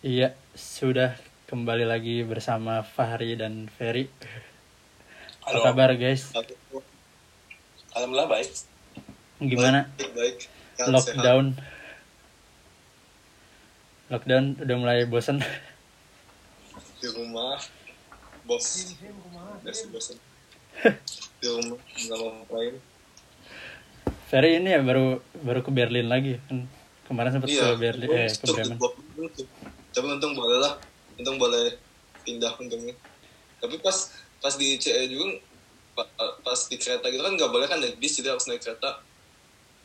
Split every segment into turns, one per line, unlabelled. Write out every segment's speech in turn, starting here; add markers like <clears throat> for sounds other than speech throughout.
Iya, sudah kembali lagi bersama Fahri dan Ferry. Apa
Halo.
kabar guys?
Alhamdulillah baik.
Gimana
Baik, baik. Sehat,
lockdown? Lockdown udah mulai bosen. <laughs>
sehat. Di rumah. Bos. Biasa
<laughs>
bosan. Di rumah nggak mau ngapain.
Ferry ini ya baru baru ke Berlin lagi kan. Kemarin sempat
Iya.
ke Berlin,
gua
eh ke
cukup
Bremen.
buat dulu tuh. Tapi untung boleh lah. Untung boleh pindah untungnya. Tapi pas pas di CE juga pa- pas di kereta gitu kan nggak boleh kan naik bis jadi harus naik kereta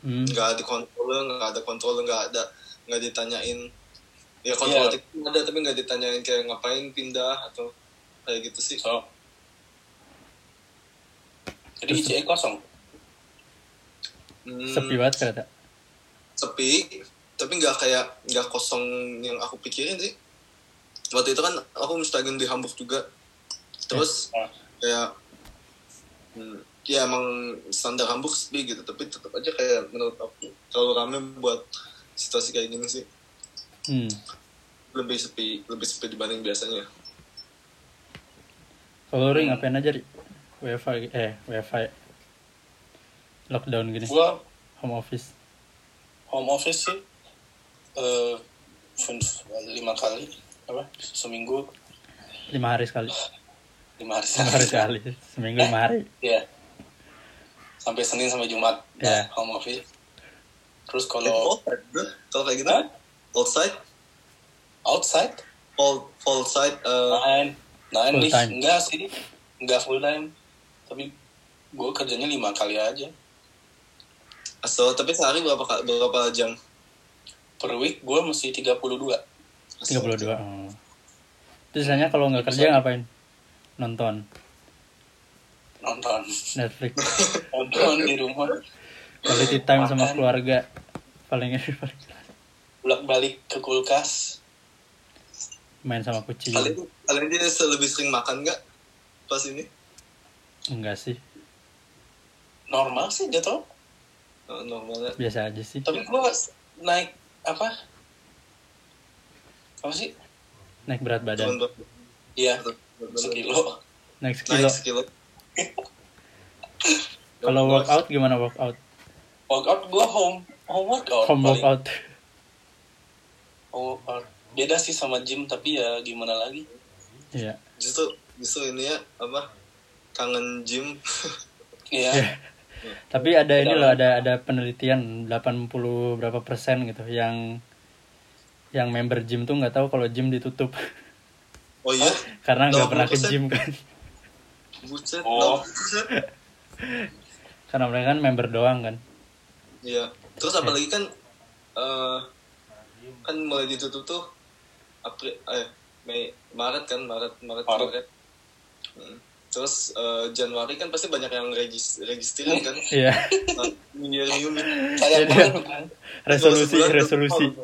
Hmm.
nggak ada controller nggak ada controller nak ada nggak ditanyain ya controller
Iya.
itu ada tapi nggak ditanyain kayak ngapain pindah atau kayak gitu sih
Oh,
So. Jadi ICE kosong.
Hmm,
Sepi banget ternyata.
sepi tapi nggak kayak nggak kosong yang aku pikirin sih waktu itu kan aku mustahil di Hamburg juga terus
Ya.
Ah,
kayak hmm, ya emang standar Hamburg sepi gitu tapi tetap aja kayak menurut aku terlalu rame buat situasi kayak gini sih
Hmm.
lebih sepi lebih sepi dibanding biasanya
Kalau
Hmm.
lu ngapain aja di WFH eh WFH lockdown gini
Gua
home office.
home office sih eh fun- lima kali apa seminggu
lima hari sekali
lima hari
lima hari sekali seminggu lima hari
<laughs> Iya. Sampai Senin sampai Jumat.
Iya.
Nah, home office. Terus
Itu
kalau
outside, bro. kalau kayak gitu
Eh, Hah?
outside
outside
all all side uh,
nine nine
Full
nih
time.
enggak sih enggak full time tapi gue kerjanya lima kali aja
so tapi sehari berapa ka- berapa jam
per week gue mesti 32
tiga puluh dua biasanya kalau nggak kerja ngapain nonton
nonton
<laughs> Netflix
nonton di rumah
quality time sama
Makan.
keluarga paling <laughs> paling
bolak balik ke kulkas
main sama kucing
kalian kalian dia se- lebih sering makan nggak pas ini
enggak sih
normal sih jatuh
Oh, normalnya
biasa aja sih
tapi gue naik apa apa sih
naik berat
Cuman
badan
berapa-
iya
berapa- berapa-
sekilo
naik
naik
sekilo
sekilo
<laughs> kalau workout gimana workout
workout gue home home workout
home
paling.
workout <laughs>
Home workout. beda sih sama gym tapi ya gimana lagi
iya
justru justru ini ya apa kangen gym
Iya.
tapi ada ini loh ada ada penelitian 80 berapa persen gitu yang yang member gym tuh nggak tahu kalau gym ditutup <laughs>
oh iya
karena nggak pernah ke
80%?
gym kan <laughs>
buset
Oh.
buset.
karena mereka kan member doang kan
iya terus apalagi kan eh kan mulai ditutup tuh April eh Mei Maret kan Maret Maret
Maret.
Hmm. terus eh, Januari kan pasti banyak yang regis registerin kan
iya
Nah, New Year New Me.
Sayang
Jadi-
banget bukan?
resolusi
Sebulan udah
resolusi
lupa.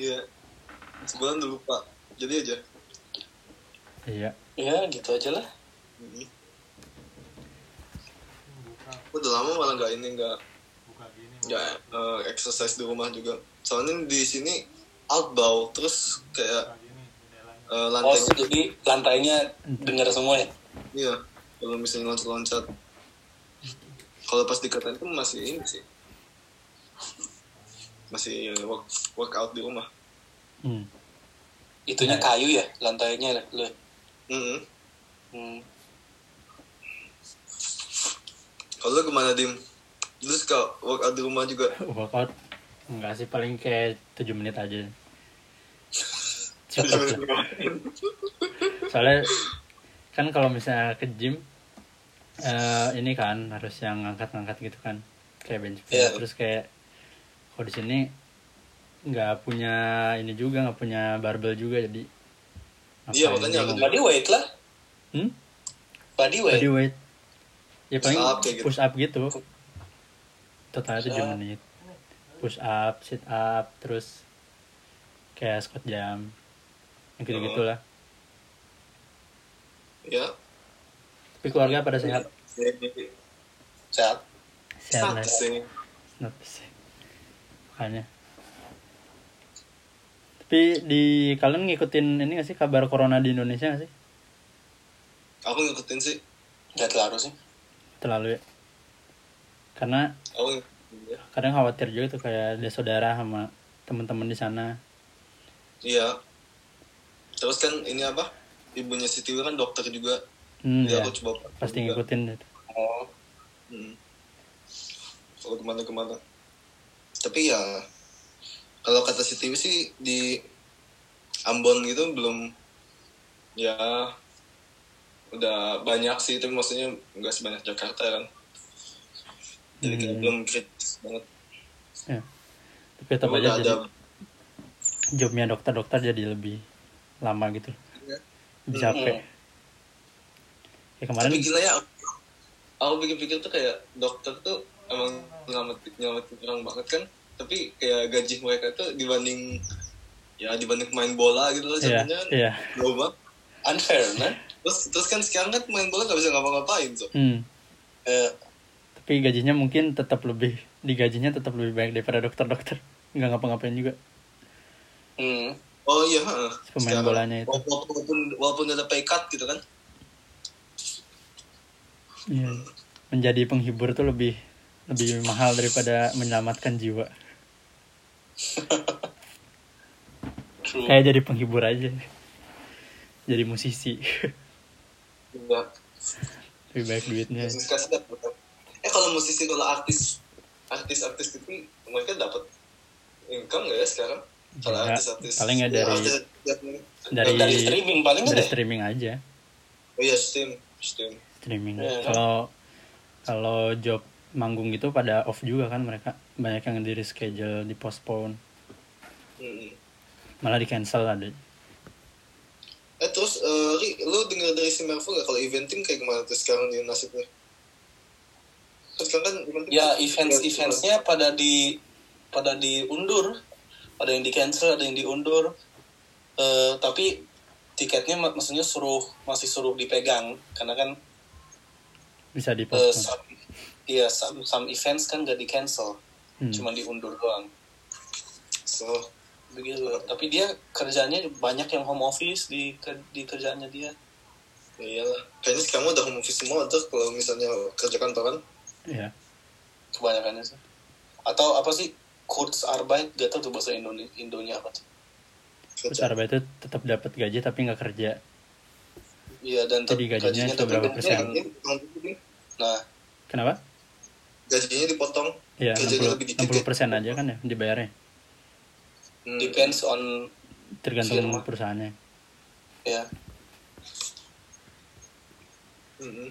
iya sebulan udah lupa jadi aja
iya
ya gitu aja lah
Mm-mm. udah lama malah nggak ini nggak nggak eh, exercise di rumah juga soalnya di sini outbound terus kayak eh,
oh
lantainya
jadi lantainya dengar semua ya
iya kalau misalnya loncat-loncat kalau pas di kereta itu masih ini sih masih work workout di rumah
Hmm.
itunya kayu ya lantainya lo
Mm-mm.
hmm.
Kalau lu kemana Dim? Lu suka workout di rumah juga?
<laughs> workout enggak sih paling kayak 7 menit aja
Bisa
Cukup lah.
ngapain?
soalnya kan kalau misalnya ke gym eh, ini kan harus yang ngangkat-ngangkat gitu kan kayak bench press
Iya.
terus kayak kalau di sini nggak punya ini juga nggak punya barbel juga jadi
Iya,
ngapain
makanya aku
bingung.
body weight lah
hmm?
body weight
body weight ya
Iya. Push
paling
up kayak gitu.
push up gitu totalnya tujuh
Push up.
menit push up sit up terus kayak squat jam yang
Oh.
gitu gitulah
<laughs> ya.
tapi keluarga pada sehat
sehat
sehat lah
Sih.
not the same. makanya Tapi di kalian ngikutin ini gak sih kabar corona di Indonesia gak sih?
aku ngikutin sih
Gak terlalu sih.
Terlalu ya. Karena
aku ngikutin ya.
kadang khawatir juga tuh kayak ada saudara sama teman-teman di sana.
iya terus kan ini apa ibunya si Tiwi kan dokter juga
Hmm,
Jadi
ya.
Iya, aku coba pantau
Pasti
juga.
ngikutin itu.
Oh,
Hmm. Kalau kemana-kemana. Tapi ya, kalau kata si Tiwi sih di Ambon gitu belum, ya udah banyak sih, tapi maksudnya nggak sebanyak Jakarta kan. Jadi kayak
Hmm.
belum kritis banget.
Ya. Tapi tetap
Tapi
aja
udah
jadi
ada,
jobnya dokter-dokter jadi lebih lama gitu.
Iya.
Bisa capek. Ya kemarin
tapi gila ya, aku- aku pikir-pikir tuh kayak dokter tuh emang nyelamatin, nyelamatin orang banget kan, tapi kayak gaji mereka tuh dibanding ya dibanding main bola gitu loh
Iya,
sebenarnya
iya.
jauh banget.
unfair, nah.
terus terus kan sekarang kan main bola gak bisa ngapa-ngapain so
Hmm.
Eh,
Tapi gajinya mungkin tetap lebih digajinya tetap lebih banyak daripada dokter-dokter. Nggak ngapa-ngapain juga
hmm,
oh iya heeh.
pemain
Sekarang.
bolanya itu.
Wala- wala- walaupun walaupun ada pay cut gitu kan
Iya. Menjadi penghibur tuh lebih lebih mahal daripada menyelamatkan
<laughs>
jiwa.
true.
Kayak jadi penghibur aja. Jadi musisi. <laughs>
enggak
lebih banyak duitnya.
musisi kasih dapat eh kalau musisi kalau artis artis artis gitu mereka dapat income gak ya sekarang kalau Iya,
Nggak.
artis artis
Paling nggak dari-
dari,
Dari
Iya,
streaming paling
dari
ada. ya?
streaming aja.
oh iya steam steam
streaming.
Iya.
Kalau kalau job manggung gitu pada off juga kan mereka banyak yang di reschedule, di postpone,
Mm-mm.
malah di cancel ada.
eh terus eh, Ri, lu dengar dari si Marvel gak kalau eventing kayak gimana tuh sekarang dia nasibnya Terus sekarang kan eventing-
Ya, events eventsnya pada di pada diundur, ada yang di cancel, ada yang diundur. Eh, tapi tiketnya mak- maksudnya suruh masih suruh dipegang karena kan
Bisa di
eh,
postpone.
some, iya, some, some events kan gak di cancel,
Hmm.
cuma diundur doang.
so
Begitu. Tapi dia kerjanya banyak yang home office di ke- di kerjaannya dia.
Ya iyalah. Kayaknya sekarang udah home office semua tuh kalau misalnya kerja kantoran.
Iya.
kebanyakannya sih atau apa sih Kurzarbeit gak tau tuh bahasa Indonesia Indonya apa sih
Terus Arbeit itu tetap dapat gaji tapi nggak kerja.
iya dan
Jadi
tetap
gajinya itu
tetap
berapa
gede.
persen?
nah
Kenapa?
Gajinya dipotong.
Iya,
Gajinya lebih
60,
dikit.
60 persen aja kan ya dibayarnya.
Hmm.
depends on
Tergantung
Firma.
perusahaannya.
ya
Mm-mm.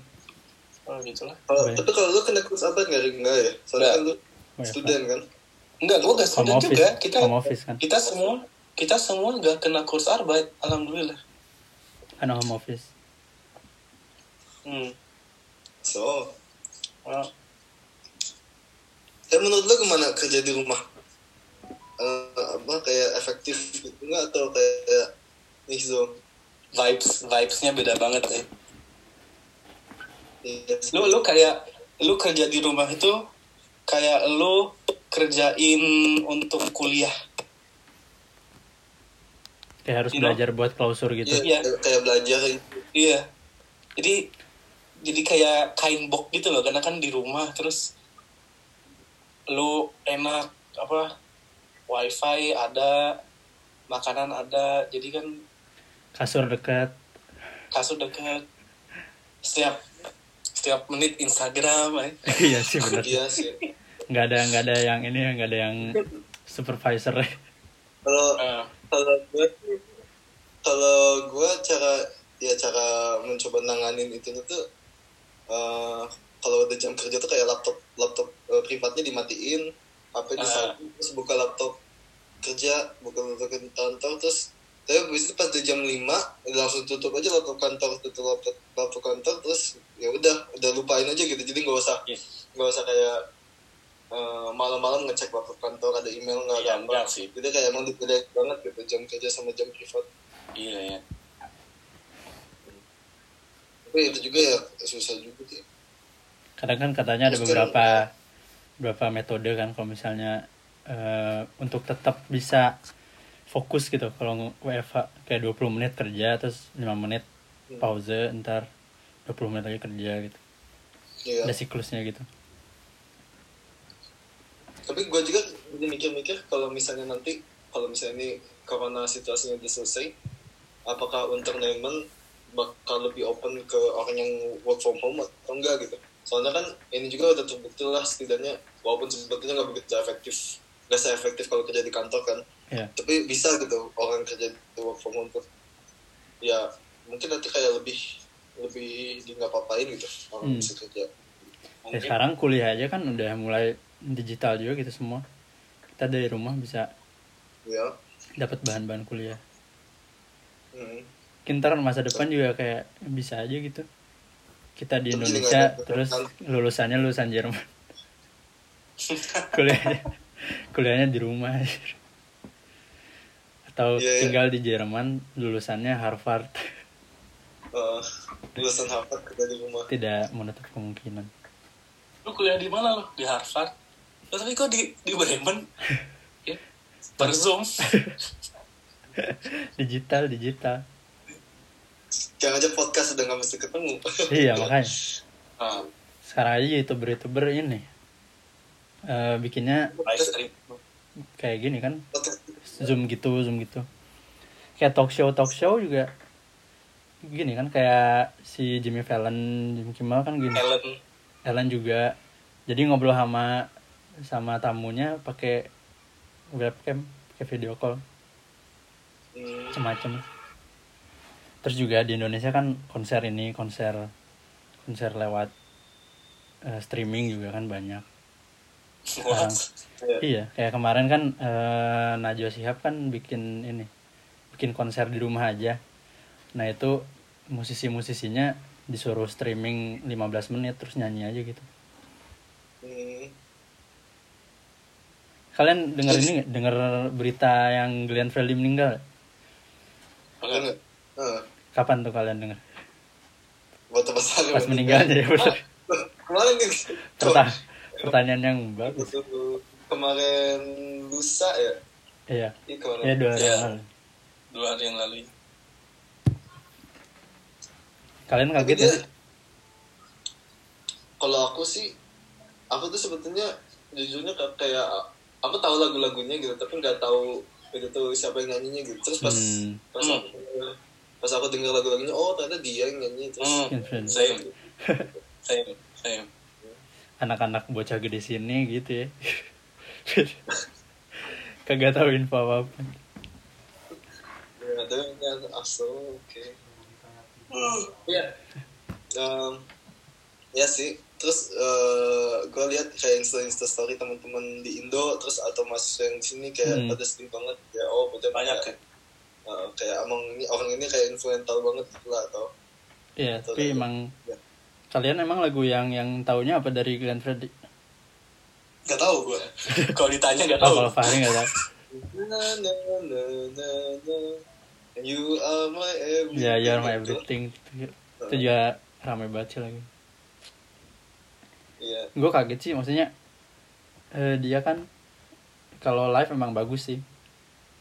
oh, gitulah
Hmm. Kalau-
Baik.
tapi kalau lu kena kurs apa nggak Ri? nggak ya? Soalnya
Nggak.
kan lu
Oh, ya,
student kan.
enggak gua gak
Home
student
office,
juga kita
home office kan.
kita semua kita semua gak kena Kurzarbeit alhamdulillah
Karena Kan home office.
hmm.
So,
Well,
tapi menurut lu gimana kerja di rumah? Eh, apa kayak efektif gitu nggak atau kayak nih so
vibes vibesnya beda banget eh.
yes.
lu lu kayak lu kerja di rumah itu kayak lu kerjain untuk kuliah
Kayak harus
You know?
belajar buat klausur gitu.
Iya.
Iya, kayak- kayak belajar gitu.
Iya. Jadi jadi kayak kain box gitu loh karena kan di rumah terus lu enak apa wifi ada makanan ada jadi kan
Kasur dekat. <laughs>
kasur dekat setiap setiap menit Instagram eh.
Iya sih benar.
Iya sih.
Nggak ada nggak ada yang ini ya, nggak ada yang supervisor. <laughs>
<laughs>
Kalau
Eh,
kalau gue sih- kalau gue cara ya cara mencoba nanganin itu tuh eh, kalau udah jam kerja tuh kayak laptop laptop eh, privatnya dimatiin HP di terus buka laptop kerja buka laptop kantor terus tapi habis itu pas di jam 5 langsung tutup aja laptop kantor tutup laptop, laptop kantor terus ya udah udah lupain aja gitu jadi nggak usah
Iya.
nggak usah kayak eh, malam-malam ngecek laptop kantor ada email nggak ada
Iya,
apa
enggak sih.
jadi kayak emang dibedain banget gitu jam kerja sama jam privat
Iya ya.
tapi itu juga ya susah juga sih
Kadang kan katanya ada
Justru- iya.
beberapa beberapa metode kan kalau misalnya eh, untuk tetap bisa fokus gitu kalau WFH kayak 20 menit kerja terus 5 menit pause ntar 20 menit lagi kerja gitu
Iya.
ada siklusnya gitu
tapi gue juga jadi mikir-mikir kalau misalnya nanti kalau misalnya ini corona situasinya udah selesai apakah entertainment bakal lebih open ke orang yang work from home atau enggak gitu soalnya kan ini juga udah terbukti lah setidaknya walaupun sebetulnya nggak begitu efektif nggak seefektif kalau kerja di kantor kan
ya
tapi bisa gitu orang kerja di work from home tuh ya mungkin nanti kayak lebih lebih di nggak apa-apain gitu
Hmm.
orang bisa kerja
Ya, sekarang kuliah aja kan udah mulai digital juga gitu semua kita dari rumah bisa
ya
dapat bahan-bahan kuliah
Hmm.
mungkin ntar masa depan juga kayak bisa aja gitu kita di
Tapi jadi
Indonesia
nggak ada
terus
kegiatan.
lulusannya lulusan
<laughs>
Jerman kuliahnya kuliahnya di rumah atau
Iya, iya.
tinggal di Jerman lulusannya Harvard <laughs>
Eh, lulusan Harvard kerja di rumah
tidak menutup kemungkinan
lu kuliah di mana lo di Harvard Lah, tapi kok di di
<laughs>
Bremen ya per Zoom.
digital digital
Jangan aja podcast udah gak mesti ketemu.
iya makanya
nah,
sekarang aja youtuber youtuber ini eh, bikinnya
live stream
kayak gini kan
Podcast.
zoom gitu zoom gitu kayak talk show talk show juga gini kan kayak si Jimmy Fallon Jimmy Kimmel kan gini
Ellen
Ellen juga jadi ngobrol sama sama tamunya pakai webcam pakai video call
Hmm,
semacam terus juga di Indonesia kan konser ini konser konser lewat eh, streaming juga kan banyak
What?
iya.
Iya, kayak kemarin kan eh, Najwa Shihab kan bikin ini, bikin konser di rumah aja. Nah itu musisi-musisinya disuruh streaming 15 menit terus nyanyi aja gitu.
Hmm,
Kalian denger ini nggak? Denger berita yang Glenn Fredly meninggal?
bener nggak? Eh,
Kapan tuh kalian denger?
buat tempat saya Ah,
Pas meninggalnya ya bener.
Kemarin nih.
Perta- pertanyaan yang bagus.
Betul. Kemarin lusa ya?
Iya,
Iya kemarin.
iya dua hari
Iya.
yang lalu.
dua hari yang lalu
Kalian
Tapi
kaget ya?
dia,
nggak sih?
kalau aku sih, aku tuh sebetulnya jujurnya kayak- kayak aku tahu lagu-lagunya gitu, tapi nggak tahu itu tuh siapa yang nyanyinya gitu. Terus pas
Hmm.
pas aku pas aku dengar lagu-lagunya, oh ternyata dia yang nyanyi terus. gitu.
Hmm.
Glenn Fredly?
same same same
anak-anak bocah gede sini gitu ya <laughs> kagak tahu info apa, -apa.
Ya, ada yang asal, oke. Iya. Em, ya sih. Terus gue lihat kayak insta insta story teman-teman di Indo, terus atau mahasiswa yang di sini kayak
Hmm.
pada sedih banget ya. Oh, pada
banyak kan
kayak, eh, kayak emang ini orang ini kayak influental banget gitu lah atau
Iya,
Betul,
tapi
betul.
emang
Ya.
kalian emang lagu yang yang taunya apa dari Glenn Fredly?
nggak tahu gue kalau ditanya nggak
Oh,
tahu
kalau Fahri nggak
<laughs>
tahu.
na na na na na. You are my everything.
Ya, You're My
gitu.
Everything. Itu itu juga rame banget sih lagi.
Iya.
Gue kaget sih, maksudnya eh, dia kan kalau live emang bagus sih.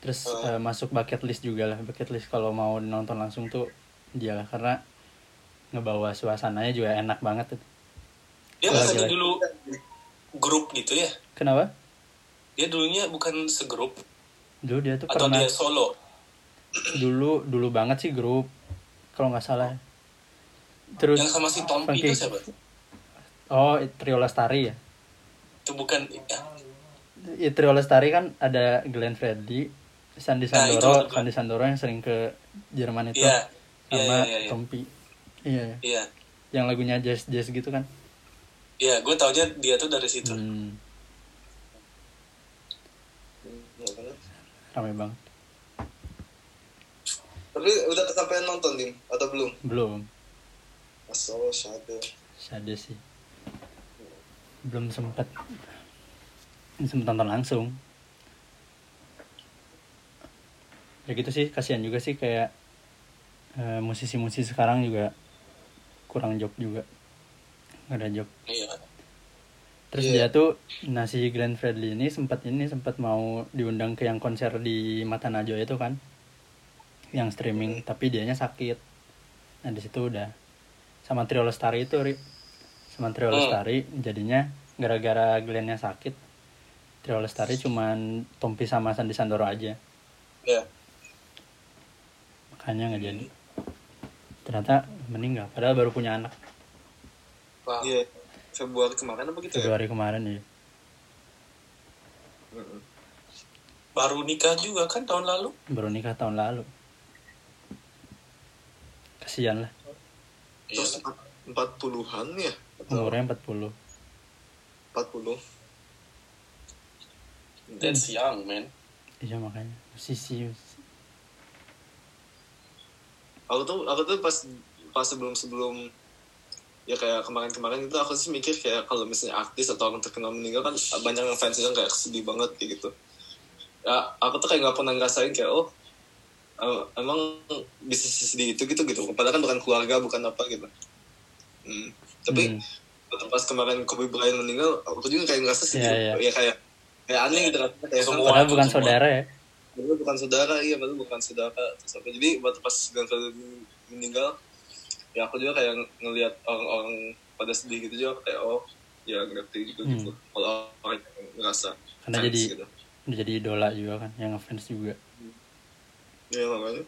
Terus
Oh.
eh, masuk bucket list juga lah, bucket list kalau mau nonton langsung tuh dia lah karena ngebawa suasananya juga enak banget.
dia
Lagi,
bukannya
lagi.
dulu grup gitu ya
Kenapa?
dia dulunya bukan segrup
Dulu dia tuh
atau
pernah
dia solo
dulu dulu banget sih grup kalau nggak salah. Terus
Oh, yang sama si Tompi
Funky.
itu siapa
Oh, Trio Lestari ya?
itu bukan ya,
I- Trio Lestari kan ada Glenn Fredly, Sandi
Nah,
Sandoro,
itu maksud gua.
Sandi Sandoro yang sering ke Jerman itu
Iya. Iya,
sama
iya, iya.
Tompi. Iya, iya.
iya
yang lagunya jazz jazz gitu kan.
iya gue taunya dia tuh dari situ
Hmm,
Hmm, ya kan?
rame banget.
Tapi udah kesampaian nonton dim atau belum?
Belum,
Asal shadow.
ada sih. Belum sempet. Belum Sempet nonton langsung. Ya gitu sih, kasihan juga sih kayak eh, musisi-musisi sekarang juga kurang job juga. Nggak ada job.
iya
Terus dia
Iya.
tuh nah si Glenn Fredly ini sempat ini sempat mau diundang ke yang konser di Mata Najwa itu kan. Yang streaming, tapi dianya sakit. Nah, di situ udah sama Trio Lestari itu, Ri. Sama Trio
Hmm.
Lestari jadinya gara-gara Glennnya sakit. Trio Lestari cuman Tompi sama Sandi Sandoro aja.
ya
Makanya nggak jadi. Ternyata meninggal padahal baru punya anak
Wah.
iya Februari kemarin apa gitu ya
Februari kemarin ya.
Mm-mm.
Baru nikah juga kan tahun lalu.
Baru nikah tahun lalu. Kasihan lah.
terus
Terus
empat empat puluhan ya atau
Umurnya 40.
empat puluh
that's young man.
Iya makanya. Musisi. musisi.
aku tuh aku tuh pas pas sebelum sebelum ya kayak kemarin-kemarin itu aku sih mikir kayak kalau misalnya artis atau orang terkenal meninggal kan banyak yang fansnya kayak sedih banget kayak gitu ya aku tuh kayak nggak pernah ngerasain kayak oh eh, emang bisa sedih itu gitu gitu padahal kan bukan keluarga bukan apa gitu Hmm. tapi
Hmm.
waktu pas kemarin Kobe Bryant meninggal aku juga kayak ngerasa sedih
Iya, iya.
ya kayak kayak aneh gitu kan kayak kan-
Semua
Padahal
Wah,
bukan
semua.
saudara ya.
Padahal bukan saudara, iya padahal bukan saudara. Terus apa, jadi waktu pas Glenn Fredly meninggal, ya aku juga kayak ng- ngelihat orang-orang pada sedih gitu juga kayak oh ya ngerti gitu gitu. Kalau orang yang ngerasa
Hmm. Karena
fans
jadi-
gitu.
Udah jadi idola juga kan. Yang ngefans juga.
Iya makanya.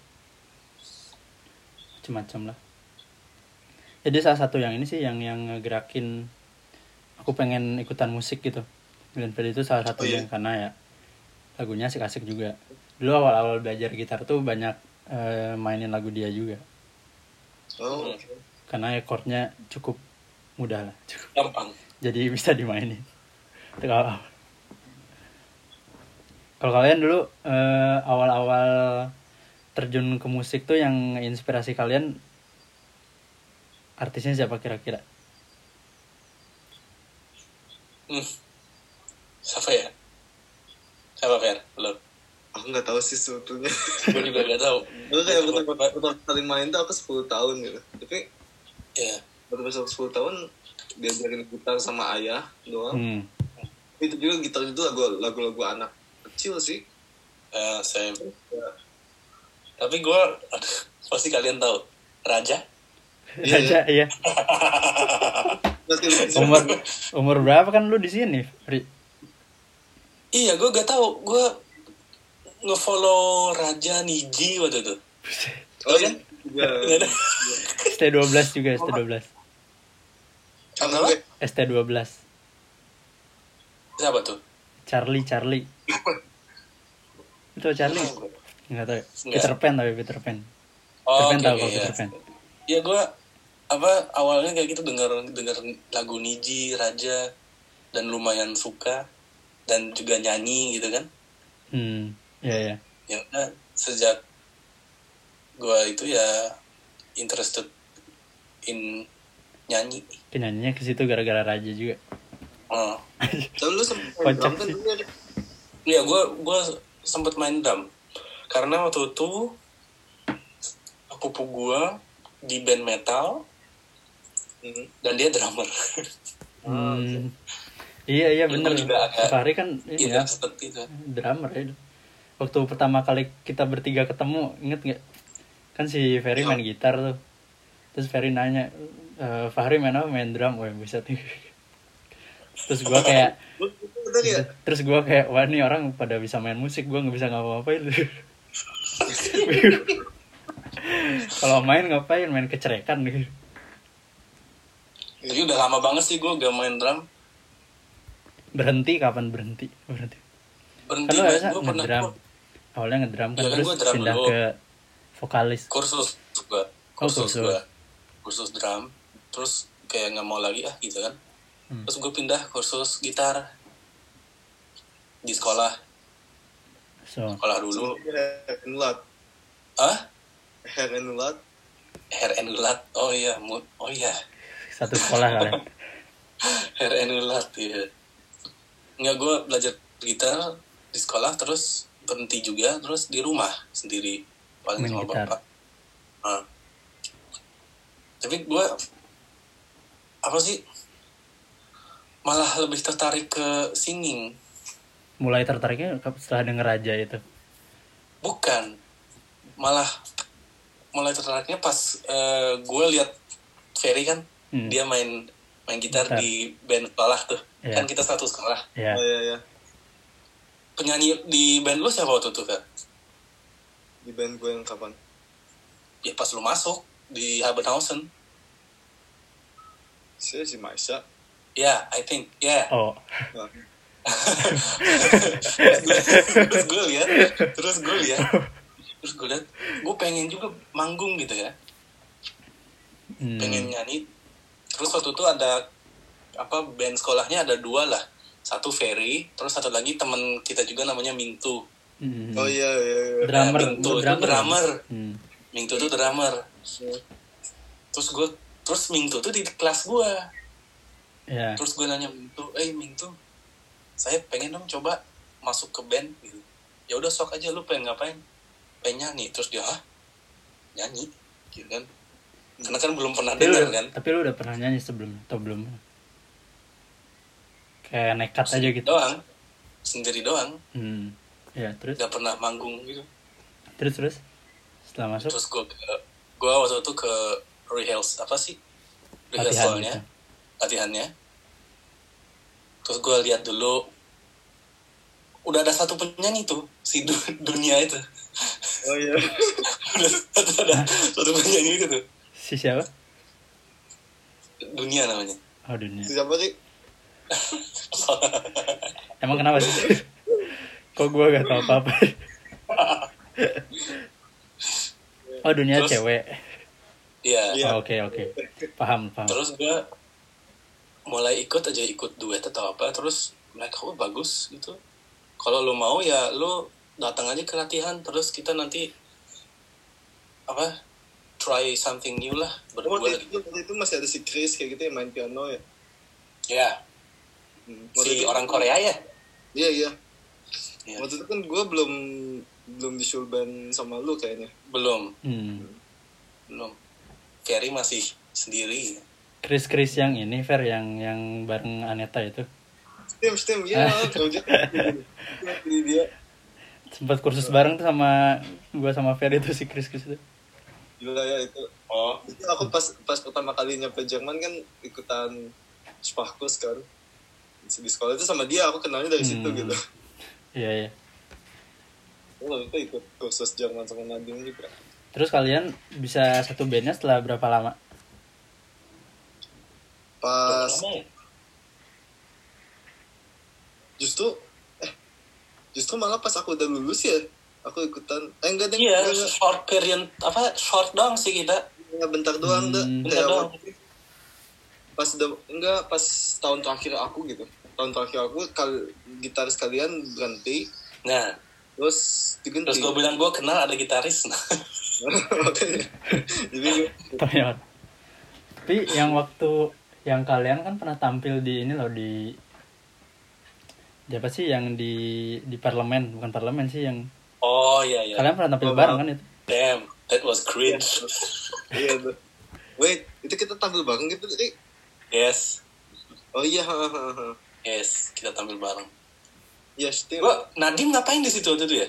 Macem-macem lah. Jadi salah satu yang ini sih yang yang ngegerakin aku pengen ikutan musik gitu. Glenn Fredly itu salah satu
Oh,
yang
iya.
karena ya lagunya asik-asik juga. Dulu awal-awal belajar gitar tuh banyak eh, mainin lagu dia juga.
Oh,
Hmm.
oke.
Karena ya chordnya cukup mudah lah. Cukup
Gampang.
jadi <laughs> bisa dimainin Itu kalau kalau kalian dulu eh, awal-awal terjun ke musik tuh yang inspirasi kalian artisnya siapa kira-kira
Hmm. Siapa ya? Siapa Fer? Lo.
aku nggak tahu sih
<laughs>
sebetulnya.
Gue juga gak <laughs> tahu.
Gue kayak waktu pertama kali main tuh aku 10 tahun gitu. Tapi
Ya.
waktu pas aku 10 tahun diajarin gitar sama ayah doang.
hmm.
Itu juga gitar itu lagu- lagu-lagu anak kecil sih.
Eh, saya.
Ya,
Tapi gue, aduh, pasti kalian tahu. Raja.
Iya,
Raja, <laughs> iya
Masih- <laughs>
umur umur berapa kan lu di sini Ri?
Iya, gue gak tahu. Gue ngefollow Raja Niji waktu itu.
Oh iya.
ya? Gak
Iya.
ada.
ST12 juga ST12
Apa?
ST12
Siapa tuh?
Charlie Charlie itu Charlie nggak tahu ya?
Nggak.
Peter Pan tapi Peter Pan Peter
Oh,
Pan
oke,
tahu
oke,
kalau
iya.
Peter Pan
Ya gue apa awalnya kayak gitu denger denger lagu Niji, Raja dan lumayan suka dan juga nyanyi gitu kan.
hmm ya ya
Ya udah sejak gue itu ya interested in nyanyi.
penyanyinya ke situ gara-gara Raja juga
Oh.
Tapi lu sempet main
Kocak
drum kan
sih.
dulu ya?
Ya gue gua sempet main drum karena waktu itu sepupu gue di band metal
Hmm.
dan dia drummer.
Ah,
Hmm. Iya iya
Itu
bener.
Oh, juga agak-
Fahri kan ini
<laughs>
ya,
Iya seperti itu.
drummer ya. Waktu pertama kali kita bertiga ketemu, inget nggak? Kan si Ferry main
Iya.
gitar tuh. Terus Ferry nanya, "Eh, Fahri main apa? Main drum, wah bisa tuh. <laughs> Terus gua kayak,
Lu itu bener ya?
terus gua kayak, wah ini orang pada bisa main musik, gua nggak bisa ngapa-ngapain. <laughs> Kalau main ngapain? Main kecerekan.
Tapi udah lama banget sih gue gak main drum.
Berhenti kapan berhenti? Berhenti.
Berhenti
kan lu harusnya
gue pernah
ngedrum
gua
awalnya ngedrum
Ya, kan
terus
gua drum
pindah
dulu.
ke vokalis
kursus juga.
Oh,
Kursus
kursus.
gue. Kursus drum. Terus kayak gak mau lagi ah gitu kan.
Hmm.
Terus gue pindah kursus gitar. Di sekolah.
so
Sekolah dulu.
Hair and Lot.
Ah?
Hair and Lot.
Hair and Gulat. Oh iya. mu- Oh iya.
satu sekolah ya. kalian
Hair and Gulat ya. Nggak gue belajar gitar di sekolah. Terus berhenti juga. Terus di rumah sendiri. Paling
Main
sama
gitar.
bapak. Ah. Tapi gue apa sih malah lebih tertarik ke singing
mulai tertariknya setelah denger aja itu
bukan malah mulai tertariknya pas eh, gue lihat Ferry kan
Hmm.
dia main main gitar
Gitar.
di band sekolah tuh
Iya.
kan kita satu sekolah
ya
Oh, iya, iya.
penyanyi di band lu siapa waktu itu kan
Di band gue yang kapan?
ya pas lu masuk di Habenhausen
Saya si Maisha.
ya I think ya
oh
Nah,
<laughs> terus gue lihat terus gue lihat terus gue lihat gue pengen juga manggung gitu ya
hmm.
pengen nyanyi terus waktu itu ada apa band sekolahnya ada dua lah satu Ferry terus satu lagi temen kita juga namanya Mintu
Hmm.
Oh iya, iya, iya.
drummer
Bentuk,
drummer,
drummer.
Hmm.
Mintu tuh drummer terus gue terus Mintu tuh di kelas gue
ya
terus gue nanya Mintu eh Mintu saya pengen dong coba masuk ke band gitu ya udah sok aja lu pengen ngapain pengen nyanyi terus dia hah nyanyi gitu kan karena kan belum pernah
tapi lu,
denger
udah-
kan
tapi lu udah pernah nyanyi sebelumnya atau belum kayak nekat aja gitu
doang sendiri doang
hmm. ya terus
nggak pernah manggung gitu
terus terus setelah masuk
terus gue ke gue waktu itu ke rehearsal apa sih
latihan
rehearsalnya
gitu
latihannya terus gue lihat dulu udah ada satu penyanyi tuh si du- dunia itu
Oh
<laughs>
iya.
udah satu ada satu penyanyi itu gitu tuh
si siapa
dunia namanya <laughs>
oh dunia
Si siapa sih?
emang kenapa
<laughs>
sih kok gua gak tau apa apa oh dunia
Terus-
cewek
iya
Iya.
Oh, oke oke paham paham
terus gue mulai ikut aja ikut duet atau apa terus mereka oh bagus gitu kalau lu mau ya lu datang aja ke latihan terus kita nanti apa try something new lah
Oh,
berdua
waktu
gitu
itu, waktu itu masih ada si Chris kayak gitu yang main piano ya.
ya
Hmm. Waktu
si
itu-
orang Korea ya
Iya, iya.
Iya.
Waktu itu kan gue belum belum disuruh band sama lu kayaknya.
belum
hmm.
belum Ferry masih sendiri
Chris Chris yang ini Fer yang yang bareng Aneta itu
Stem, stem, iya.
<laughs>
Kalau dia- Jadi dia.
sempat kursus bareng tuh sama gua sama Fer itu si Chris Chris itu
Gila ya itu.
oh
Itu aku pas pas pertama kali nyampe Jerman kan ikutan Sparkus kan. Di sekolah itu sama dia aku kenalnya dari situ
Hmm.
gitu. <laughs>
iya iya
Waktu itu ikut kursus Jerman sama Nadiem juga.
terus kalian bisa satu bandnya setelah berapa lama
Pas
Lama ya?
justru eh justru malah pas aku udah lulus ya aku ikutan eh enggak deh
iya
enggak, enggak.
short period apa short doang sih kita
Enggak, bentar doang
Hmm,
deh
bentar doang.
pas udah enggak pas tahun terakhir aku gitu tahun terakhir aku kal gitaris kalian berhenti
nah
terus diganti
terus
Iya.
gue bilang gue kenal ada gitaris <laughs>
Makanya. jadi gua-
Toyota. Tapi yang waktu yang kalian kan pernah tampil di ini loh di di apa sih yang di di parlemen bukan parlemen sih yang
oh iya iya
kalian pernah tampil
Oh,
bareng
maaf.
kan itu
Damn, that was cringe.
iya tuh wait itu kita tampil bareng gitu tadi
Iya.
Yes,
oh iya ha, ha, ha.
yes, kita tampil bareng.
ya
Iya.
still
Gua Nadiem ngapain di situ waktu itu ya?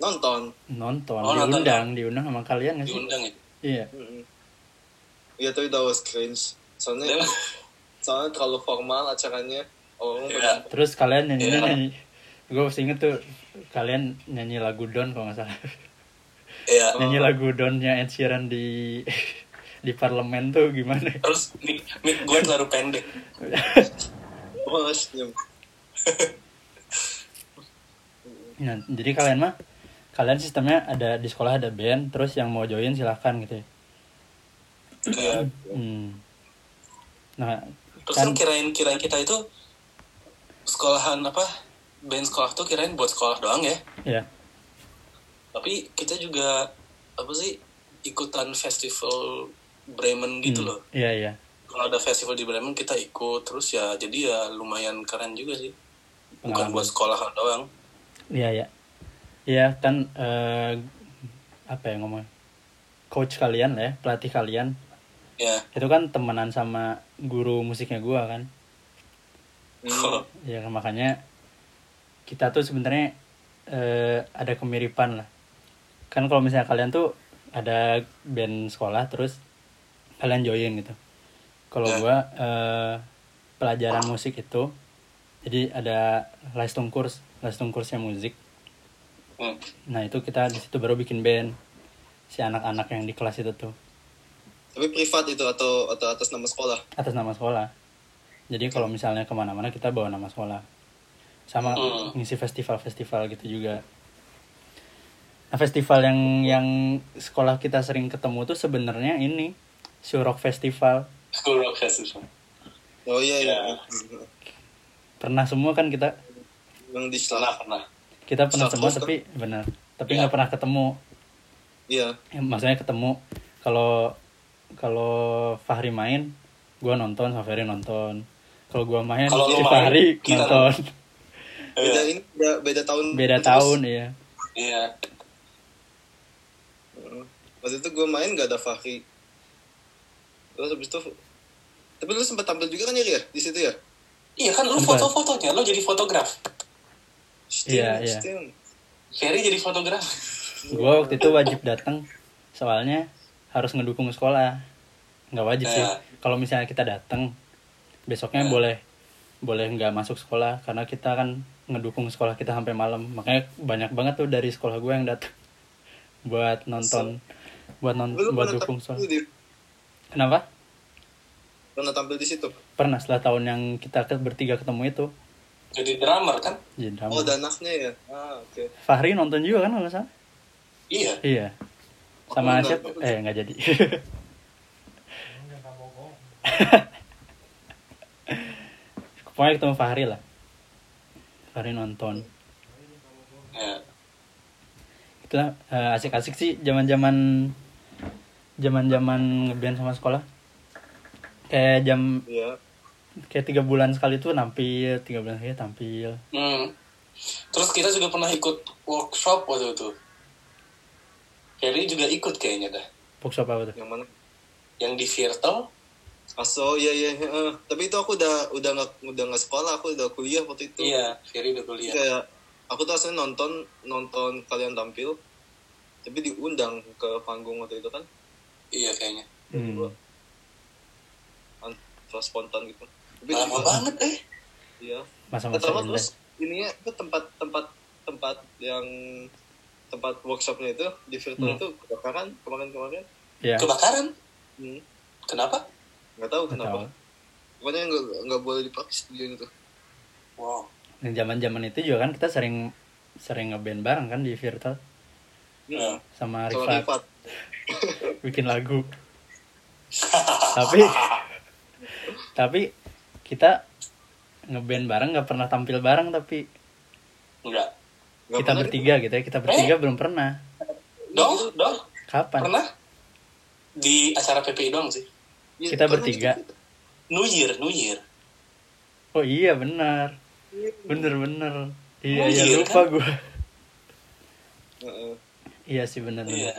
nonton
nonton
Oh, nonton.
diundang diundang sama kalian nggak sih
Diundang ya.
iya
Mm-mm. iya tapi that was cringe soalnya
Damn.
soalnya terlalu formal acaranya orang
Iya.
pada
terus kalian nyanyi
Iya.
nyanyi gue masih inget tuh kalian nyanyi lagu Don kalau nggak salah
Oh. Iya.
nyanyi lagu Donnya Ed Sheeran di <laughs> di parlemen tuh gimana
Terus mic, mic gue terlalu pendek.
oh, senyum.
Nah, jadi kalian mah kalian sistemnya ada di sekolah ada band, terus yang mau join silahkan gitu ya.
Iya.
Hmm. Nah,
Terus
kan
kan kirain kirain kita itu sekolahan apa? Band sekolah tuh kirain buat sekolah doang ya.
ya.
Tapi kita juga apa sih ikutan festival Bremen gitu
Hmm,
loh.
Iya, iya.
Kalau ada festival di Bremen kita ikut terus ya jadi ya lumayan keren juga sih. Bukan
Pengalaman.
buat sekolah doang.
Iya, iya. Iya, kan eh, apa ya ngomong? Coach kalian lah ya, pelatih kalian.
Ya.
Itu kan temenan sama guru musiknya gua kan.
Hmm.
ya makanya kita tuh sebenarnya eh, ada kemiripan lah kan kalau misalnya kalian tuh ada band sekolah terus kalian join gitu kalau gua eh, pelajaran musik itu jadi ada les tungkurs les tungkursnya musik
Hmm.
nah itu kita di situ baru bikin band si anak-anak yang di kelas itu tuh
Tapi privat itu atau atau atas nama sekolah.
atas nama sekolah jadi kalau misalnya kemana-mana kita bawa nama sekolah sama
Hmm.
ngisi festival-festival gitu juga nah festival yang yang sekolah kita sering ketemu tuh sebenarnya ini Surok Festival
School Rock Festival.
Oh iya iya.
Ya.
pernah semua kan kita
Yang di sana.
Pernah, pernah.
kita pernah
Surok
semua
Fest
tapi benar tapi
Iya.
nggak pernah ketemu
Iya.
Ya, maksudnya ketemu kalau kalau Fahri main gua nonton Fahri nonton kalau gua main
Kalau
si
lu main,
Fahri
kita
nonton <laughs>
Beda
Iya.
ini beda, beda tahun.
beda
terus.
tahun ya
Iya.
Heeh. Waktu itu gue main gak ada Fahri. Terus habis itu tapi lu sempat tampil juga kan ya, Ria? Di situ ya?
Iya kan lu
Sempat.
foto-fotonya, lu jadi fotograf.
Sting,
Iya, iya.
Sting.
Ferry jadi fotograf.
gue waktu itu wajib datang soalnya harus ngedukung sekolah nggak wajib sih
Nah.
Iya.
kalau misalnya kita datang besoknya
Iya.
boleh boleh nggak masuk sekolah karena kita kan ngedukung sekolah kita sampai malam makanya banyak banget tuh dari sekolah gue yang datang <laughs> buat nonton buat non
Lu
buat
pernah
dukung
tampil
sekolah
di-
kenapa
pernah tampil di situ.
pernah setelah tahun yang kita ke- bertiga ketemu itu
Jadi drummer kan?
jadi drama.
Oh, danasnya ya. Ah, oke.
Fahri nonton juga kan kalau nggak salah
Iya.
iya sama
Aku
Asyad
nonton.
eh nggak jadi <laughs> pokoknya ketemu Fahri lah Fahri nonton
Iya.
itulah eh, asik-asik sih zaman zaman zaman zaman ngeband sama sekolah kayak jam
Iya.
kayak tiga bulan sekali tuh nampil tiga bulan sekali tampil
Hmm. Terus kita juga pernah ikut workshop waktu itu. Ferry juga ikut kayaknya dah.
workshop apa tuh
Yang mana?
Yang di virtual,
Aso, iya iya. heeh. Tapi itu aku udah udah nggak udah nggak sekolah, aku udah kuliah waktu itu.
iya, Ferry udah
Terus
kuliah.
Kayak aku tuh asalnya nonton nonton kalian tampil, tapi diundang ke panggung waktu itu kan,
Iya kayaknya.
hmm.
antara Kan, spontan gitu. Tapi
Lama banget eh.
Iya.
masa-masa
Pertama
indah
terus ini itu tempat tempat tempat yang tempat workshopnya itu di virtual
Hmm.
itu kebakaran kemarin kemarin
ya
Kebakaran.
hmm.
Kenapa?
nggak tahu
nggak tahu.
kenapa pokoknya nggak nggak boleh dipakai studio gitu. itu
Wow.
Dan zaman-zaman itu juga kan kita sering sering ngeband bareng kan di virtual
Iya.
sama
soal
Rifat
privat
bikin lagu. tapi tapi kita ngeband bareng nggak pernah tampil bareng tapi
Eh, Enggak.
Nggak
kita
pernah
bertiga gitu ya kita bertiga belum pernah
Dong, dong.
kapan
Pernah di acara PPI doang sih.
Iya,
kita
karena
bertiga
kita-
New Year, New Year.
oh iya benar bener bener iya
Oh,
iya
iya,
lupa
kan?
gue
Heeh.
<laughs> iya sih bener bener
Iya.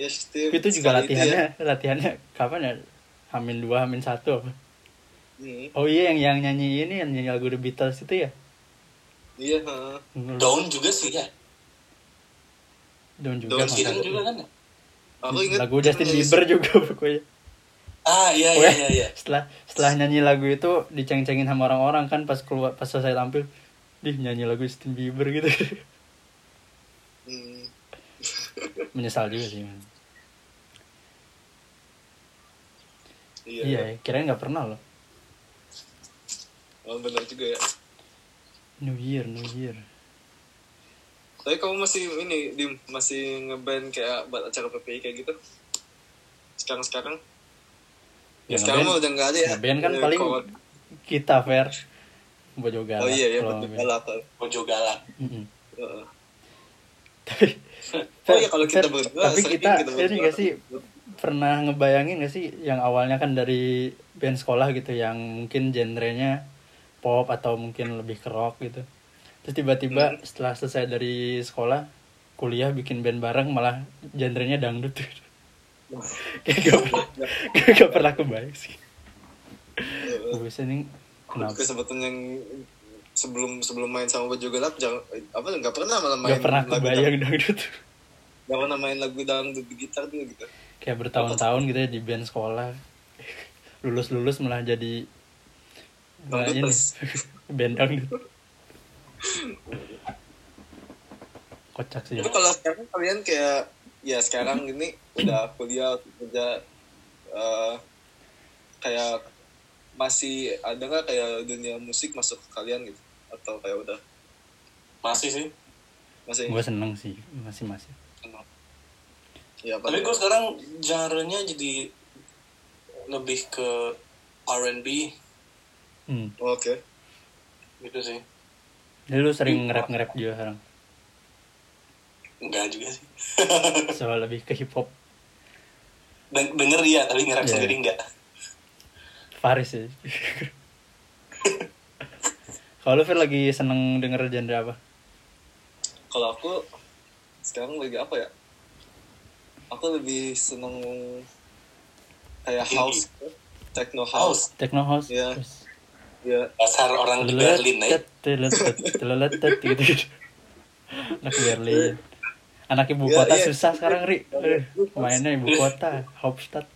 Ya, Steve,
itu juga
sekali itu ya.
latihannya latihannya kapan ya hamin dua hamin satu apa
Hmm,
oh iya yang yang nyanyi ini yang nyanyi lagu The Beatles itu ya
Iya, heeh.
Daun juga sih ya.
Daun juga
Daun
kalau
Kirim
nggak
juga kan.
Aku
salah.
ingat
Hmm, lagu Justin
nyanyi-
Bieber juga pokoknya
Ah, iya iya
Pokoknya
iya iya.
setelah setelah nyanyi lagu itu diceng-cengin sama orang-orang kan pas keluar pas selesai tampil dih nyanyi lagu Justin Bieber gitu <laughs>
Hmm,
menyesal juga sih man.
Iya,
iya ya, kirain nggak pernah loh iya.
Oh, benar juga ya.
New Year New Year
Tapi kamu masih ini Dim, masih ngeband kayak buat acara PPI kayak gitu? Sekarang-sekarang?
Ya,
Ya, sekarang
ngeband-
mah udah nggak ada ya.
ngeband kan
Ya,
paling
kalau-
kita fair buat juga
Oh iya ya,
kalau
betul
ngeband.
galak.
Bojo galak.
Mm-mm.
Heeh.
tapi
Oh iya, kalau kita
Fer,
berdua,
tapi
sering
kita
kita
ini
berdua.
nggak sih pernah ngebayangin gak sih yang awalnya kan dari band sekolah gitu yang mungkin genrenya pop atau mungkin lebih ke rock gitu terus tiba-tiba
Hmm.
setelah selesai dari sekolah kuliah bikin band bareng malah genrenya dangdut <laughs>
<laughs>
kayak gak pernah gak, gak pernah kebayang sih
Heeh.
gue nih Kenapa?
kesempatan yang sebelum sebelum main sama baju gelap jangan apa nggak pernah malah main
Gak pernah
lagu
kebayang dangdut.
nggak pernah main lagu dangdut di gitar dia gitu
Kayak bertahun-tahun gitu ya di band sekolah. <laughs> Lulus-lulus malah jadi malah ini, <laughs>
Dangduters.
band dangdut. Kocak sih.
Tapi kalau sekarang kalian kayak ya sekarang
Mm-hmm.
ini udah kuliah kerja eh, kayak masih ada nggak kayak dunia musik masuk ke kalian gitu atau kayak udah
masih sih
masih
Gue seneng sih masih-masih.
ya apa
tapi gue sekarang genre-nya jadi lebih ke R&B
Hmm.
Oh, oke
gitu sih
Jadi lu sering nge-rap nge-rap juga sekarang.
enggak juga sih
Soal lebih ke hip hop
Den- denger ya tapi ngerap
Iya.
sendiri enggak
Faris
<laughs>
sih. Kalau lu Fir lagi seneng denger genre apa?
kalau aku sekarang lagi apa ya aku lebih seneng kayak
Indie.
house techno house
house
Techno house.
Iya.
Terus
ya <laughs>
pasar orang di Berlin
eh?
ya
teletet, teletet, teletet, gitu-gitu. gitu, Anak Berlin. Anak ibu
Iya,
kota
iya.
susah sekarang, Ri. Eh, Mainnya ibu kota, Hauptstadt.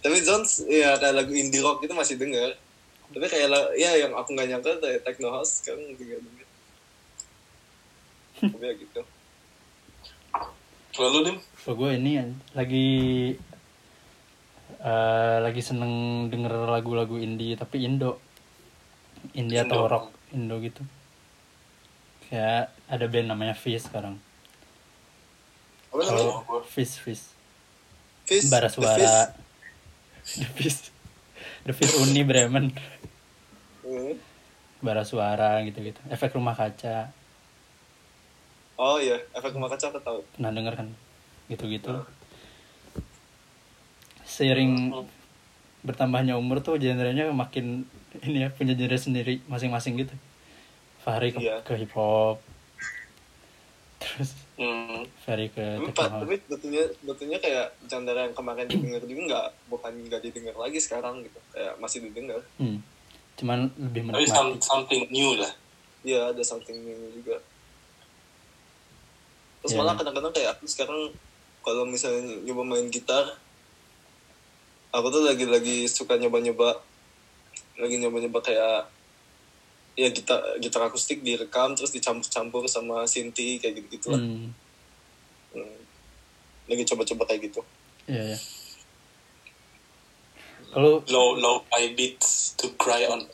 tapi Jones ya kayak lagu indie rock itu masih denger tapi kayak la- ya yang aku nggak nyangka kayak techno house sekarang denger denger tapi ya gitu
lalu dim
So, gue Oh, ini an- lagi eh, lagi seneng denger lagu-lagu indie tapi Indo. India atau
Indo.
rock Indo gitu. Kayak ada band namanya Fizz sekarang.
apa namanya
Kalau Fizz Fizz
Fizz
Bara
The Fizz.
suara The Fizz The Fizz Uni Bremen
Hmm.
Bara suara gitu-gitu Efek rumah kaca
oh iya efek rumah kaca aku tahu
Pernah denger kan Gitu-gitu Seiring bertambahnya umur tuh genrenya makin <laughs> ini ya punya genre sendiri masing-masing gitu Fahri ke,
Iya.
ke hip hop terus
hmm.
Fahri ke
tapi,
techno
pa-
house.
tapi betulnya betulnya kayak candara yang kemarin didengar juga nggak bukan nggak didengar lagi sekarang gitu kayak masih didengar
Hmm. cuman lebih
tapi some-
menikmati
something new lah
Iya ada something new juga. Terus
Iya.
malah kadang-kadang kayak aku sekarang kalau misalnya nyoba main gitar, aku tuh lagi-lagi suka nyoba-nyoba, lagi nyoba-nyoba kayak ya gitar gitar akustik direkam terus dicampur-campur sama synthi kayak gitu-gitu lah.
hmm.
Hmm. Lagi coba-coba kayak gitu.
Iya, iya. Kalau
low low I beats to cry on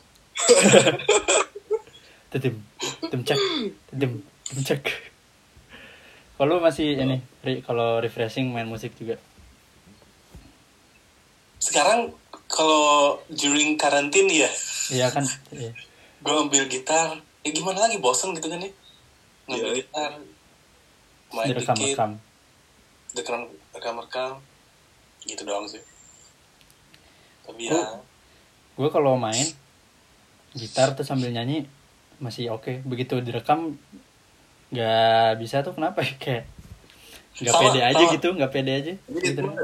Tetim. Tetim cek. Tetim. Tetim cek. Kalau lu masih ini, Ri, kalau refreshing main musik juga.
sekarang kalau during karantin ya
Iya kan? Iya.
gue ambil gitar ya gimana lagi bosen gitu kan ya ngambil
Iya.
gitar main
Direkam
dikit
rekam.
rekam rekam rekam gitu doang sih tapi ya
Oh. Gue kalau main gitar tuh sambil nyanyi masih oke. Begitu direkam nggak bisa tuh kenapa ya? Kayak nggak
Sama,
pede aja
sama.
gitu, nggak pede aja.
Jadi
Gitu.
itu-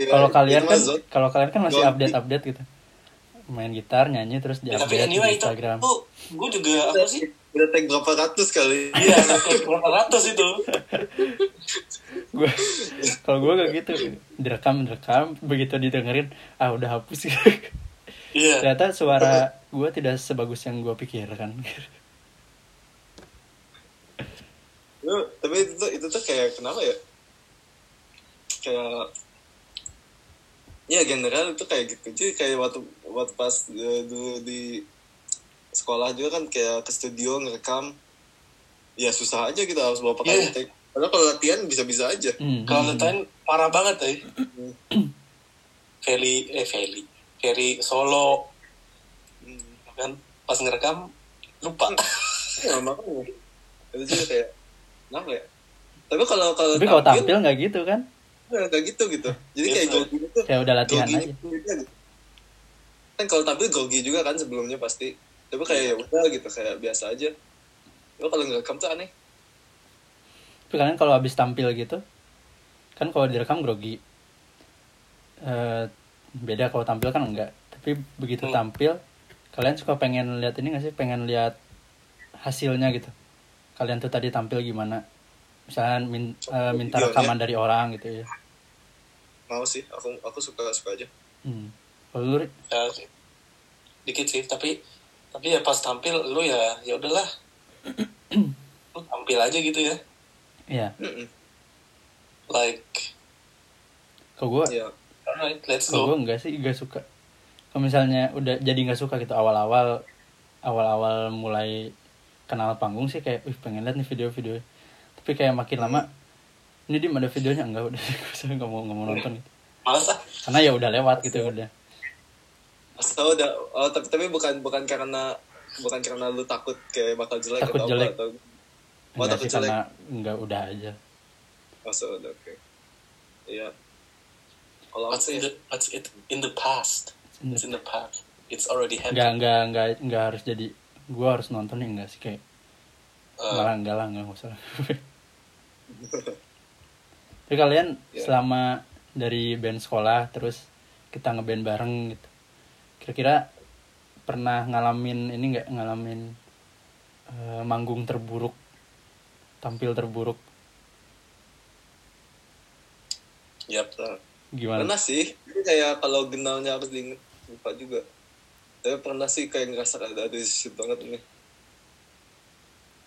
Iya,
Kalau
itu
kalian
mah
kan,
zon-
kalau kalian kan masih
Zon-
update update gitu. Main gitar, nyanyi terus
ya, tapi
di-update di
anyway itu
Instagram.
tuh gue juga apa sih
udah tag berapa ratus kali.
iya sampai berapa ratus itu
gue kalau gue gak gitu direkam direkam begitu didengerin ah udah hapus <laughs>
iya
ternyata suara gue tidak sebagus yang gue pikirkan
Lu- tapi itu tuh, itu tuh kayak kenapa ya kayak ya general itu kayak gitu jadi kayak waktu waktu pas eh, dulu di sekolah juga kan kayak ke studio ngerekam ya susah aja kita harus bawa pakai
Iya.
take karena kalau latihan bisa-bisa aja
Hmm,
kalau
hmm.
ngatain parah banget ya Feli eh Feli Ferry solo
hmm.
kan pas ngerekam lupa
ya makanya itu juga kayak kenapa ya tapi kalau kalau
tapi kalau tampil nggak gitu kan
nggak nggak gitu gitu jadi
Iya,
kayak
Pak.
grogi gitu
kayak udah latihan
Grogi
aja
juga. kan kalau tampil grogi juga kan sebelumnya pasti tapi kayak ya udah gitu kayak biasa aja lo kalau ngerekam tuh aneh
tapi kalian kalau habis tampil gitu kan kalau direkam grogi Eh, beda kalau tampil kan enggak tapi begitu
Hmm.
tampil kalian suka pengen lihat ini gak sih pengen lihat hasilnya gitu kalian tuh tadi tampil gimana misalnya min- eh, minta
Iya,
rekaman dari orang gitu ya
mau sih aku aku suka suka aja
hmm. kalau lu, Ri?
Ya, dikit sih tapi tapi ya pas tampil lu ya ya udahlah lu tampil aja gitu ya
iya
Mm-mm.
like
kalau gue
Iya.
alright let's
kalau
Oh,
go
gue enggak sih enggak suka kalau misalnya udah jadi nggak suka gitu awal-awal awal-awal mulai kenal panggung sih kayak wih pengen lihat nih video-video tapi kayak makin lama ini dim ada videonya enggak udah saya nggak <laughs> mau nggak mau nonton gitu.
malas ah
karena ya udah lewat
Iya.
gitu udah
Atau udah oh, tapi tapi bukan bukan karena bukan karena lu takut kayak bakal jelek
Takut
atau
jelek.
apa atau Oh,
enggak
takut
sih
jelek.
karena enggak udah aja
oh, so, udah, oke iya kalau aku
what's
sih
in the what's it in the past it's in the past it's already
enggak
happened
enggak enggak enggak harus jadi gue harus nonton ya enggak sih kayak
Uh,
Eh.
malah enggak lah enggak
<laughs>
usah tapi kalian
Ya.
selama dari band sekolah terus kita ngeband bareng gitu kira-kira pernah ngalamin ini enggak ngalamin eh, manggung terburuk tampil terburuk
yep.
nah,
gimana
pernah sih Ini kayak kalau genalnya harus diinget lupa juga tapi pernah sih kayak ngerasa ada ada shit banget ini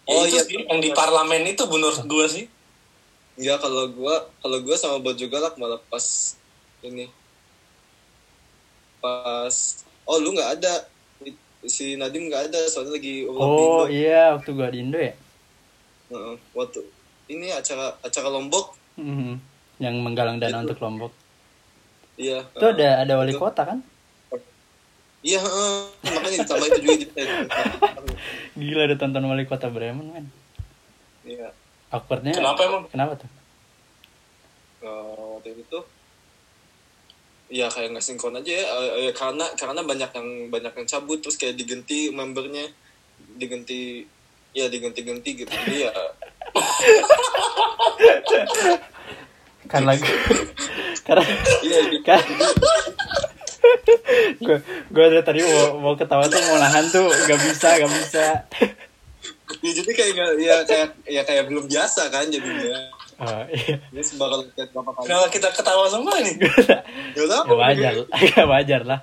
Ya,
Oh,
itu
iya.
sih yang di parlemen itu menurut gua sih
Enggak Iya, kalau gua kalau gua sama baju galak malah pas ini pas oh lu nggak ada si Nadim nggak ada soalnya lagi ulang
oh
minggu.
iya waktu gua di Indo
<laughs>
ya
Heeh, waktu ini acara acara lombok
Mhm. yang menggalang dana
Itu.
untuk Lombok
iya
itu
heeh.
ada ada wali
Itu.
kota kan
iya heeh. makanya ditambah itu juga di-
<laughs> gila ada tonton wali kota Bremen men
iya
awkwardnya
kenapa emang
kenapa tuh
Eh, waktu itu ya kayak nggak sinkron aja ya Eh, eh, karena karena banyak yang banyak yang cabut terus kayak digenti membernya digenti ya digenti-genti gitu jadi ya
kan lagu <laughs> karena <laughs>
iya di-
kan gue gue dari tadi mau mau ketawa tuh mau nahan tuh gak bisa gak bisa <laughs>
ya, jadi kayak nggak- ya kayak ya kayak belum biasa kan jadinya
oh, iya. <laughs>
ini bakal lihat berapa kali
kenapa kita ketawa semua nih
Ya udah,
ya wajar ya wajar lah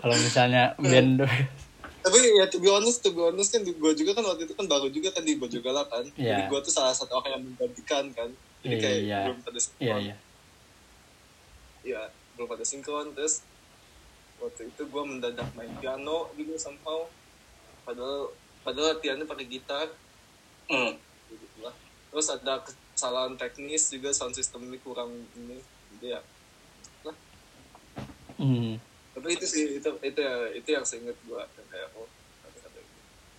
kalau misalnya band
tapi ya to be honest to be honest kan gue juga kan waktu itu kan baru juga kan di Bojogala kan
Iya.
jadi gue tuh salah satu orang yang menggantikan kan jadi kayak
Iya.
belum ada sinkron
iya iya
ya belum ada sinkron terus waktu itu gue mendadak main piano gitu somehow padahal padahal latihannya pakai gitar
hmm.
gitu lah terus ada kesalahan teknis juga sound systemnya kurang ini gitu ya
hmm.
tapi itu sih itu itu ya, itu yang seingat gue kayak oh ada-ada gitu.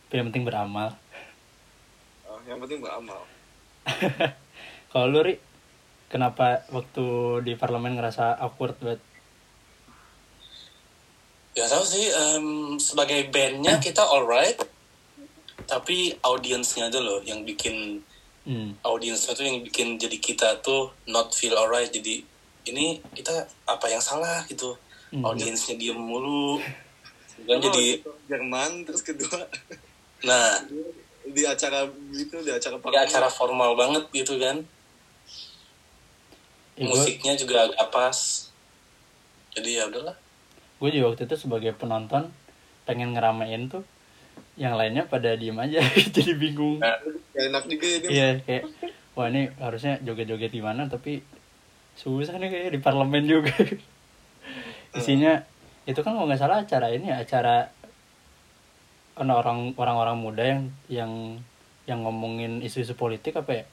Tapi yang penting beramal <laughs>
Ah, yang penting beramal
kalau lu ri kenapa waktu di parlemen ngerasa awkward banget
Ya tahu sih, em, sebagai bandnya kita alright, tapi audiensnya aja loh yang bikin
hmm.
audiensnya tuh yang bikin jadi kita tuh not feel alright. Jadi ini kita apa yang salah gitu?
Hmm.
Audiensnya diem mulu,
Gua
kan
waktu itu
jadi.
gitu, Jerman terus kedua <laughs>
Nah,
di acara gitu di acara
ini acara formal banget gitu kan,
Ya, gua-
musiknya juga agak pas. Jadi ya udahlah.
gue juga waktu itu sebagai penonton pengen ngeramein tuh yang lainnya pada diem aja <laughs> jadi bingung
Nah,
Gak enak juga ya ini
iya kayak wah ini harusnya joget-joget gimana tapi susah nih kayak di parlemen juga isinya itu kan kalau nggak salah acara ini ya, acara orang orang orang muda yang yang yang ngomongin isu-isu politik apa ya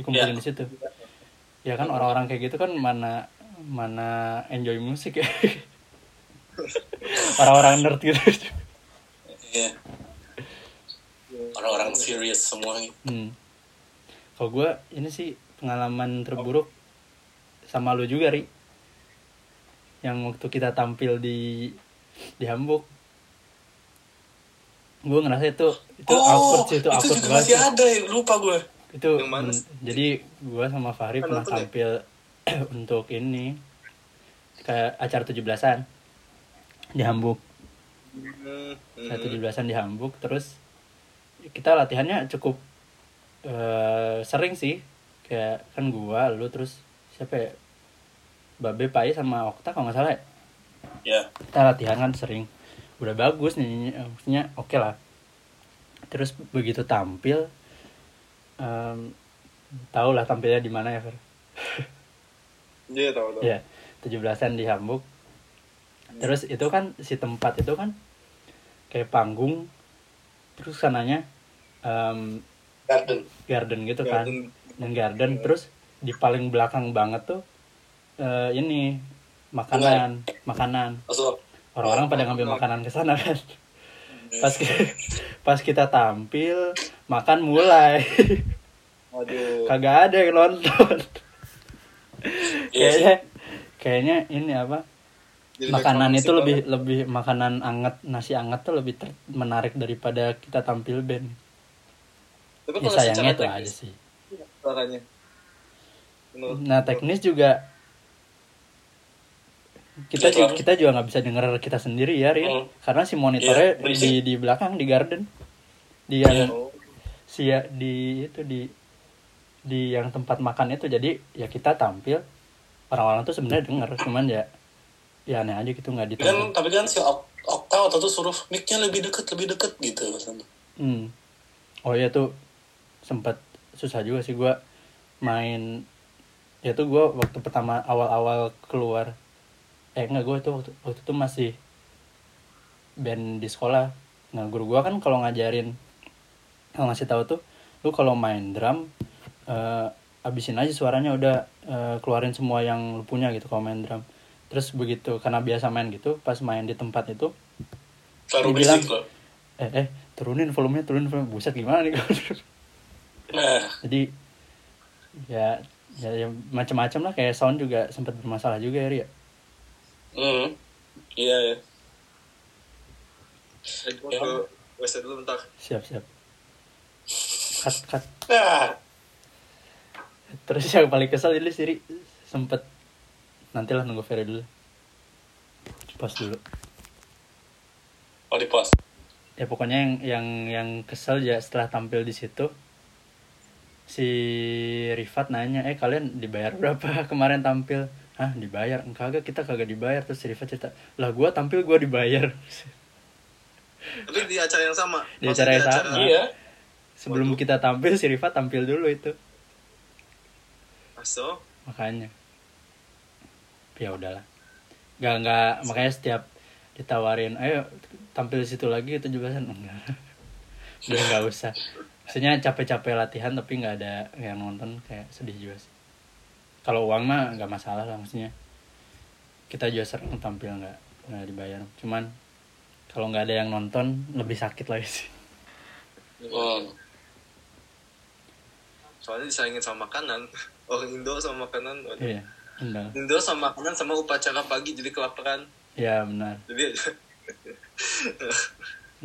dikumpulin
Iya.
di situ ya kan orang-orang kayak gitu kan mana mana enjoy musik ya orang-orang nerd gitu
iya. Orang-orang serius semua. gitu.
Hmm. Kalau gue ini sih pengalaman terburuk sama lu juga ri. Yang waktu kita tampil di di Hamburg. Gue ngerasa itu itu
Oh,
awkward sih itu, awkward
Oh, juga
banget.
masih
sih.
ada, ya, lupa gue.
Itu
Yang mana
hmm,
sih?
jadi gue sama Fahri
Kan
pernah
nonton ya?
tampil <clears throat> untuk ini ke acara 17-an di Hamburg.
Hmm,
saya 17-an di Hamburg terus kita latihannya cukup eh, sering sih kayak kan gua lu terus siapa ya Babe Pai sama Okta kalau nggak salah ya
Ya.
kita latihan kan sering udah bagus nyanyinya maksudnya oke lah terus begitu tampil em tau lah tampilnya di mana ya Fer
Iya tahu tahu.
ya 17-an di Hamburg terus itu kan si tempat itu kan kayak panggung terus sananya em,
Garden.
garden gitu kan
Garden.
dan garden
Iya.
terus di paling belakang banget tuh eh, ini makanan makanan
Masuk.
orang-orang pada ngambil makanan ke sana kan
Iya.
pas ki- pas kita tampil makan mulai
Waduh.
<laughs> kagak ada yang nonton
Iya sih.
kayaknya kayaknya ini apa
Jadi
makanan
background
itu
musik
lebih lebih makanan anget nasi anget tuh lebih ter- menarik daripada kita tampil band
banget.
ya
Tapi kalau
sayangnya
secara
itu aja
teknis,
sih
Suaranya. Menurut-
nah teknis juga kita
Iya,
juga,
suara.
kita juga nggak bisa denger kita sendiri ya Rin
Hmm.
karena si monitornya
Iya,
di
berisik.
di belakang di garden di yang
Oh,
si ya, di itu di di yang tempat makan itu jadi ya kita tampil orang-orang tuh sebenarnya denger cuman ya ya aneh aja gitu nggak
Tapi kan,
ditampil
tapi kan si Ok- Okta waktu itu suruh mic-nya lebih deket, lebih deket gitu.
Hmm. oh iya tuh sempat susah juga sih gua main ya tuh gua waktu pertama awal-awal keluar eh enggak gua tuh waktu waktu itu masih band di sekolah nah guru gua kan kalau ngajarin kalau ngasih tahu tuh lu kalau main drum eh abisin aja suaranya udah eh, keluarin semua yang lu punya gitu kalau main drum terus begitu karena biasa main gitu pas main di tempat itu
Baru
Dibilang-
berisik loh.
eh eh turunin volumenya turunin volume buset gimana nih <laughs>
Nah,
jadi ya ya, ya macam-macam lah kayak sound juga sempat bermasalah juga ya Ria
hmm. Iya, iya.
eh, gua ke WC dulu bentar.
siap siap cut cut
Nah,
terus yang paling kesel ini sih Ri, sempet nantilah nunggu Ferry dulu pause dulu
oh di pos.
ya pokoknya yang yang yang kesel ya setelah tampil di situ si Rifat nanya eh kalian dibayar berapa <laughs> kemarin tampil ah dibayar enggak kita kagak dibayar terus si Rifat cerita lah gua tampil gua dibayar <laughs>
Tapi di acara yang sama.
Di acara
Maksudnya
yang
Ah.
sama.
Iya.
sebelum kita tampil si Rifat tampil dulu itu
Aso.
makanya ya udahlah nggak nggak makanya setiap ditawarin ayo tampil di situ lagi 17-an enggak <laughs> udah nggak usah maksudnya capek-capek latihan tapi nggak ada yang nonton kayak sedih juga sih kalau uang mah nggak masalah lah maksudnya kita juga sering tampil nggak nggak dibayar cuman kalau nggak ada yang nonton lebih sakit lagi sih <laughs>
Hmm.
Soalnya disaingin sama makanan. <laughs> Orang Indo sama makanan. waduh.
iya benar
Indo sama makanan sama upacara pagi jadi kelaparan.
ya benar
Jadi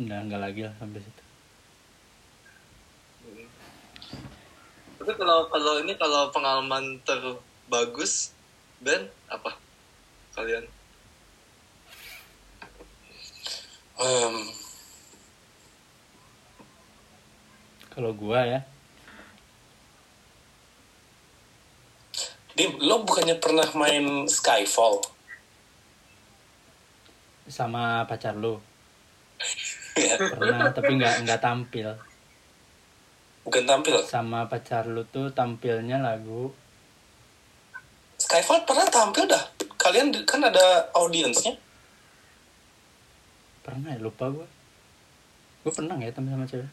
<laughs>
udah nggak lagi lah sampai situ
Tapi kalau kalau ini kalau pengalaman terbagus Ben apa kalian?
Hmm.
kalau gua ya
Di, lo bukannya pernah main Skyfall?
sama pacar lu
<laughs> Iya.
pernah tapi nggak nggak tampil
Bukan tampil.
sama pacar lu tuh tampilnya lagu
Skyfall pernah tampil dah. Kalian di- kan ada audiensnya.
pernah ya lupa gua gua pernah nggak ya tampil sama cewek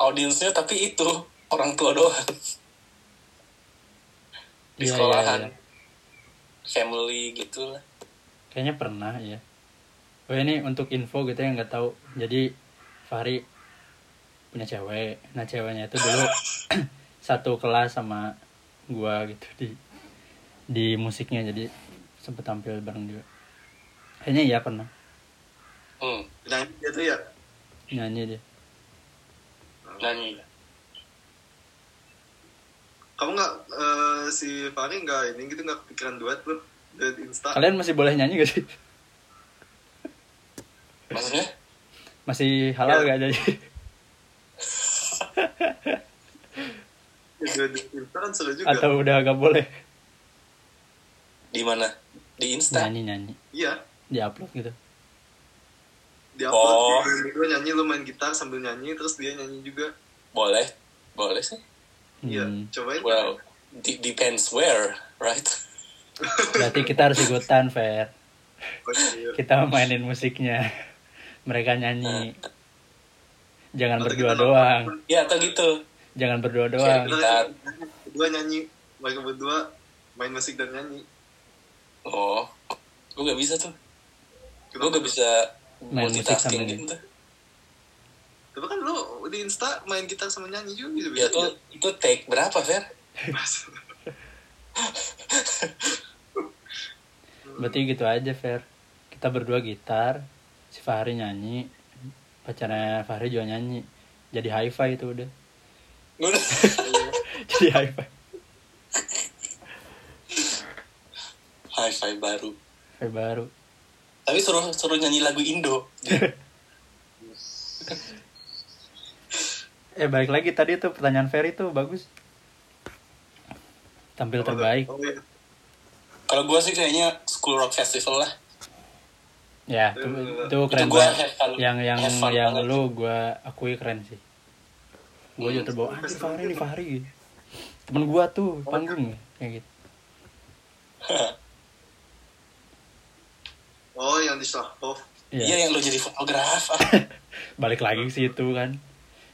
Audiensnya tapi itu orang tua doang. Di
Iya, iya,
sekolahan.
iya.
Family gitu lah.
kayaknya pernah ya oh ini untuk info gitu yang nggak tahu jadi Fahri punya cewek nah ceweknya itu dulu <clears throat> satu kelas sama gua gitu di di musiknya jadi sempet tampil bareng juga kayaknya iya pernah
Hmm,
Nyanyi dia tuh ya.
nyanyi dia
nyanyi.
Kamu nggak eh, si Fahri nggak ini gitu nggak kepikiran duet lu duet Insta?
kalian masih boleh nyanyi gak sih
maksudnya
<laughs> Masih halal
Ya.
gak
<laughs>
jadi?
Jadi filter kan seru juga.
Atau udah gak boleh?
di mana di Insta
Nyanyi-nyanyi.
Iya,
Di-upload gitu.
di upload
Oh.
dia berdua nyanyi lu main gitar sambil nyanyi terus dia nyanyi juga.
boleh boleh sih
Iya,
Hmm.
cobain.
well de- depends where right <laughs>
Berarti kita harus ikutan, Fer.
Oke,
Kita mainin musiknya. Mereka nyanyi. Jangan
Atau
berdua
kita
doang.
nonton. gitu.
ya atau gitu
Jangan berdua doang.
Kita
Gitar.
berdua nyanyi, mereka berdua main musik dan nyanyi.
oh gue gak bisa tuh gue
Kenapa?
gak bisa
Main musik
multitasking
sambil
gitu
Tapi kan lu di Insta main gitar sama nyanyi juga gitu.
ya tuh itu take berapa Fer
Berarti gitu aja, Fer. Kita berdua gitar, si Fahri nyanyi, pacarnya Fahri juga nyanyi. Jadi hi-fi itu udah. <laughs>
<laughs> Udah.
Jadi hi-fi.
high five baru
Hi-fi baru.
tapi suruh suruh nyanyi lagu Indo
Eh, balik lagi tadi tuh pertanyaan Ferry tuh bagus. Tampil terbaik.
Oh, iya.
kalau gue sih kayaknya School Rock Festival lah
Ya, itu, itu keren
gua
banget.
have fun.
Yang yang
Have fun
yang
banget.
lu gua akui keren sih. Gua juga terbawa, ah, ini Fahri nih Fahri. Temen gua tuh panggung kayak gitu.
Oh, yang di Shahov.
Iya.
Iya yang lo jadi fotografer.
<laughs> balik lagi ke situ kan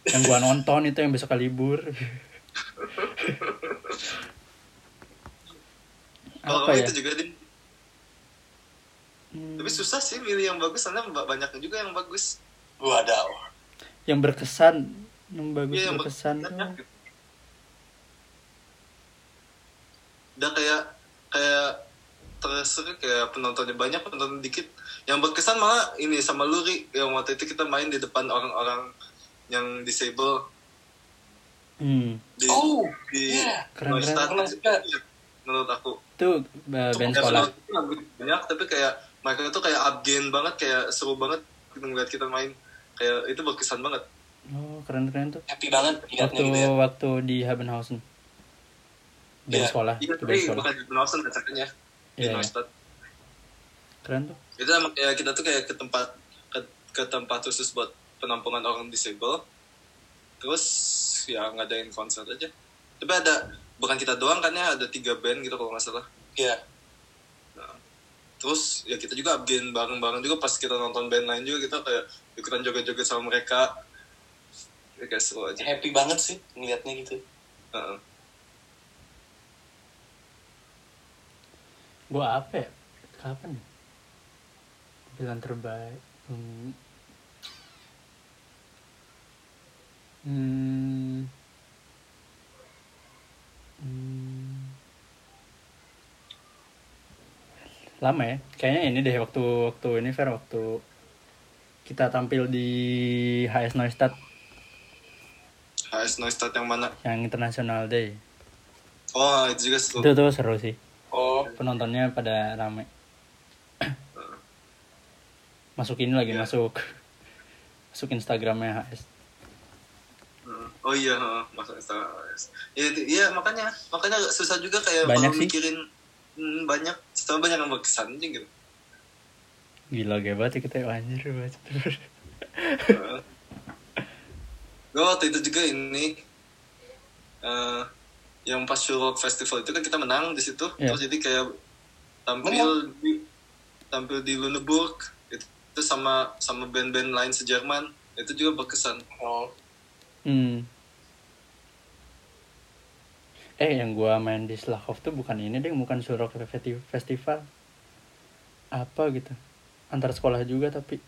yang gua nonton itu yang besok libur
Kalau
apa ya
itu juga di
Hmm,
Tapi susah sih milih yang bagus, karena ba- banyak juga yang bagus.
Wadaw.
yang berkesan yang bagus
Iya, yang
berkesan
banyak.
tuh.
Udah kayak kayak terserik kayak penontonnya banyak, penonton dikit. Yang berkesan malah ini sama Luri yang waktu itu kita main di depan orang-orang yang disable
hmm.
di
Oh,
di
iya.
Keren,
Noise
keren.
Stadium.
Keren.
menurut aku
itu uh, band
Ya,
sekolah
menurut aku lagu banyak tapi kayak mereka tuh kayak upgain banget kayak seru banget ngeliat kita main kayak itu berkesan banget
oh keren keren tuh
Happy banget liatnya
waktu
gitu ya.
waktu di Habenhausen band
Iya,
sekolah
Iya,
itu band
tapi
sekolah
bukan di Penawsan acaranya. Di
Iya, iya.
Neustadt.
keren tuh
Itu emang kayak kita tuh kayak ke tempat ke, ke tempat khusus buat penampungan orang disable. Terus ya ngadain konser aja. Tapi ada bukan kita doang kan ya ada tiga band gitu kalau nggak salah.
Iya.
Terus ya kita juga upgain bareng-bareng juga pas kita nonton band lain juga kita kayak ikutan joget-joget sama mereka. Ya, kayak seru aja.
Happy banget sih ngeliatnya gitu.
Heeh.
gua apa ya kapan ya bilang terbaik hmm. Hmm. Hmm. lama ya kayaknya ini deh waktu waktu ini fair waktu kita tampil di HS Neustadt
HS Neustadt yang mana?
yang International Day
Oh, itu juga seru.
itu tuh seru sih
Oh,
penontonnya pada rame <coughs> masukin lagi
Ya.
masuk masuk Instagramnya HS
Heeh. Oh iya, heeh, masuk Instagram iOS. Ya, itu- Iya, makanya makanya susah juga kayak
Banyak
kalau
sih.
mikirin hmm, banyak, sama banyak yang berkesan aja gitu.
gila gaya banget ya kita ya, anjir banget
Gue waktu itu juga ini eh, yang pas Shurok Festival itu kan kita menang di situ,
Iya.
terus jadi kayak tampil di tampil di Lüneburg itu, itu sama sama band-band lain se Jerman itu juga berkesan.
oh.
hmm. eh yang gua main di Slakhov tuh bukan ini deh bukan Surok Festi- Festival apa gitu antar sekolah juga tapi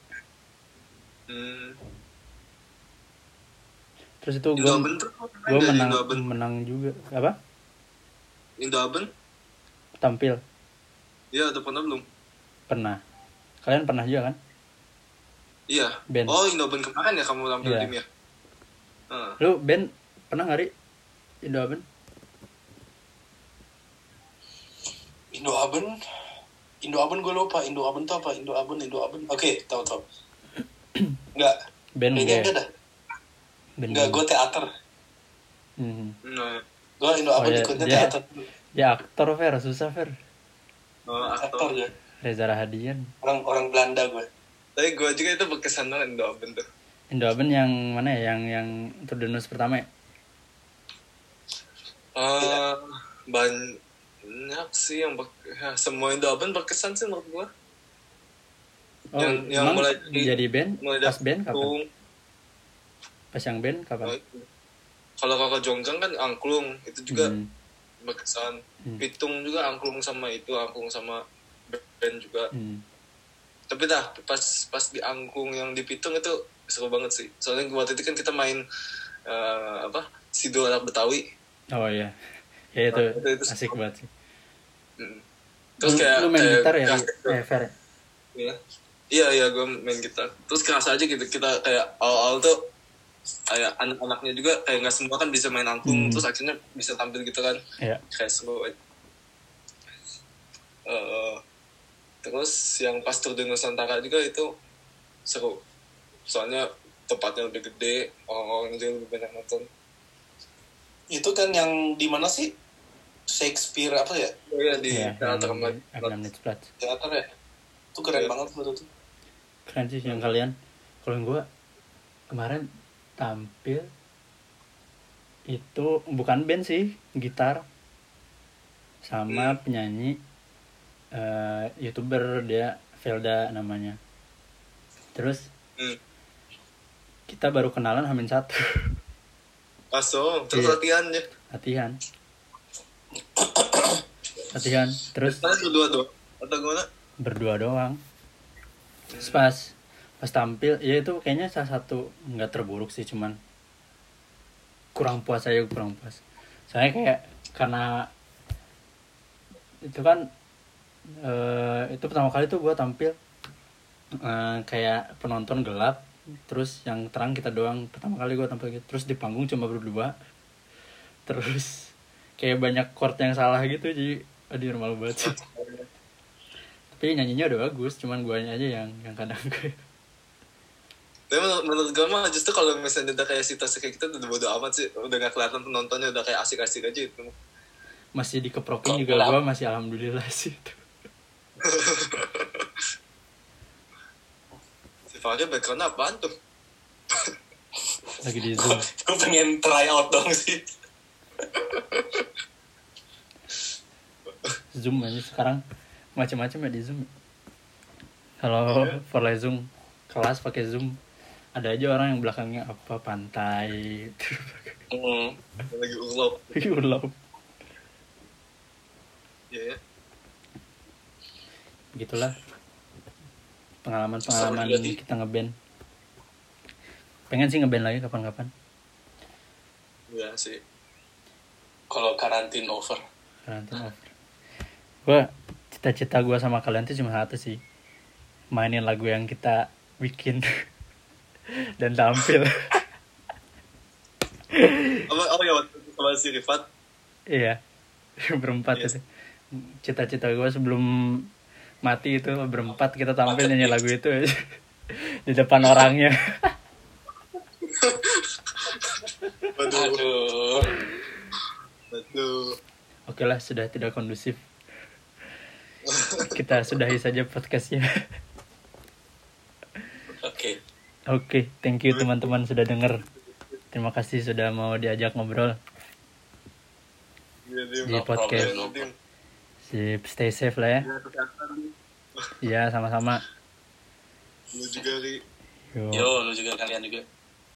Hmm.
terus itu
Indo
gua
Aben tuh
gua
dari
menang
Indo Aben.
menang juga apa
Indo Aben?
tampil
Iya, udah pernah belum?
pernah kalian pernah juga kan
Iya.
Ben.
Oh, Indoben kemarin ya kamu tampil
Iya.
tim ya? Ah, Heeh.
lu Ben pernah nggak Ri Indo Aben?
Indo Aben. Indo Aben gue lupa. Indo Aben tuh apa? Indo Aben, Indo Aben. Oke, tahu tahu. Enggak.
Iya,
band
Kayaknya enggak
gue
dah.
band
Enggak, gue teater.
Mhm.
Nah,
Gue Indo
Oh,
Abad
iya,
ikutnya
dia-
teater.
ya aktor Fer susah Fer
oh, aktor.
Aktor gue.
Reza Rahadian
Orang, orang Belanda gue.
Tapi gue juga itu berkesan banget Indo Open tuh.
Indoaben yang mana ya yang yang Turdunus pertama ya
Eh, banyak sih yang berke- ya, semua Indo Open berkesan sih menurut gue.
oh
Yang- yang
emang
mulai-
jadi band
Mulai
pas
dari
band kapan
Angklung.
pas yang band kapan
nah, Oh, Kalau kakak Jongkang kan angklung itu juga
Hmm.
berkesan.
Hmm.
Pitung juga angklung sama itu angklung sama band juga.
Hmm.
tapi dah pas pas di angkung yang di Pitung itu seru banget sih soalnya waktu itu kan kita main eh, apa sido anak betawi
oh iya ya itu
Nah, Itu- itu
asik
semua.
banget sih
Mm. terus
Lu-
kayak
lu main
kayak-
gitar ya
kayak-
eh, Fer ya?
iya iya iya gue main gitar terus kerasa aja gitu kita kayak awal-awal tuh kayak anak-anaknya juga kayak nggak semua kan bisa main
Hmm.
angkung terus akhirnya bisa tampil gitu kan
Iya.
kayak seru aja. Eh, terus yang pas Tour de Nusantara juga itu seru soalnya tempatnya lebih gede orang-orang juga lebih banyak nonton
Itu kan yang di mana sih? Shakespeare apa ya?
oh ya di
Iya,
teater
yang
Mad-
Abnamnit Platz.
Teater ya? Itu keren
Iya.
banget menurut gue.
keren sih yang kalian kalau yang gue kemarin tampil itu bukan band sih gitar sama penyanyi eh, youtuber dia Velda namanya terus
Hmm.
kita baru kenalan hamin satu <laughs>
langsung terus
Iya.
latihannya
latihan latihan terus
karena berdua doang atau gimana
berdua doang Terus pas pas tampil ya itu kayaknya salah satu nggak terburuk sih cuman kurang puas aja kurang puas soalnya kayak karena itu kan eh, itu pertama kali tuh gua tampil eh, kayak penonton gelap terus yang terang kita doang pertama kali gua tampil gitu terus di panggung cuma berdua terus kayak banyak chord yang salah gitu jadi aduh normal banget sih tapi nyanyinya udah bagus cuman guanya aja yang yang kadang <laughs>
tapi menurut, menurut gue mah justru kalau misalnya udah kayak situasi kayak kita udah bodo amat sih udah gak kelihatan penontonnya udah kayak asik-asik aja itu
masih dikeprokin
Kok
juga
gelap?
gua masih alhamdulillah <laughs> sih itu
si Fahri backgroundnya apaan tuh
lagi di zoom
gue pengen try out dong sih.
zoom aja sekarang macam-macam ya di zoom kalau yeah. zoom kelas pakai zoom ada aja orang yang belakangnya apa pantai <laughs>
Hmm.
lagi urlaub
Lagi urlaub
iya ya.
gitulah pengalaman-pengalaman
Sorry, jadi-
kita ngeband pengen sih ngeband lagi kapan-kapan
iya sih
Kalau karantin over.
Karantina over. Gua cita-cita gua sama kalian tuh cuma satu sih. Mainin lagu yang kita bikin <laughs> dan tampil.
apa oh ya waktu itu sama si Rifat
iya. Berempat
Yes.
itu. Cita-cita gua sebelum mati itu berempat kita tampil nyanyi lagu itu <laughs> aja. di depan orangnya.
waduh
Aduh.
waduh
Oke lah sudah tidak kondusif. Kita sudahi saja podcastnya. <laughs>
Oke.
Oke, thank you teman-teman sudah denger. Terima kasih sudah mau diajak ngobrol.
jadi
di podcast.
Iya,
problem, no.
Sip, stay safe lah ya. Iya, sama-sama.
lu Iya juga ri
Yo.
Yo, lu juga kalian juga.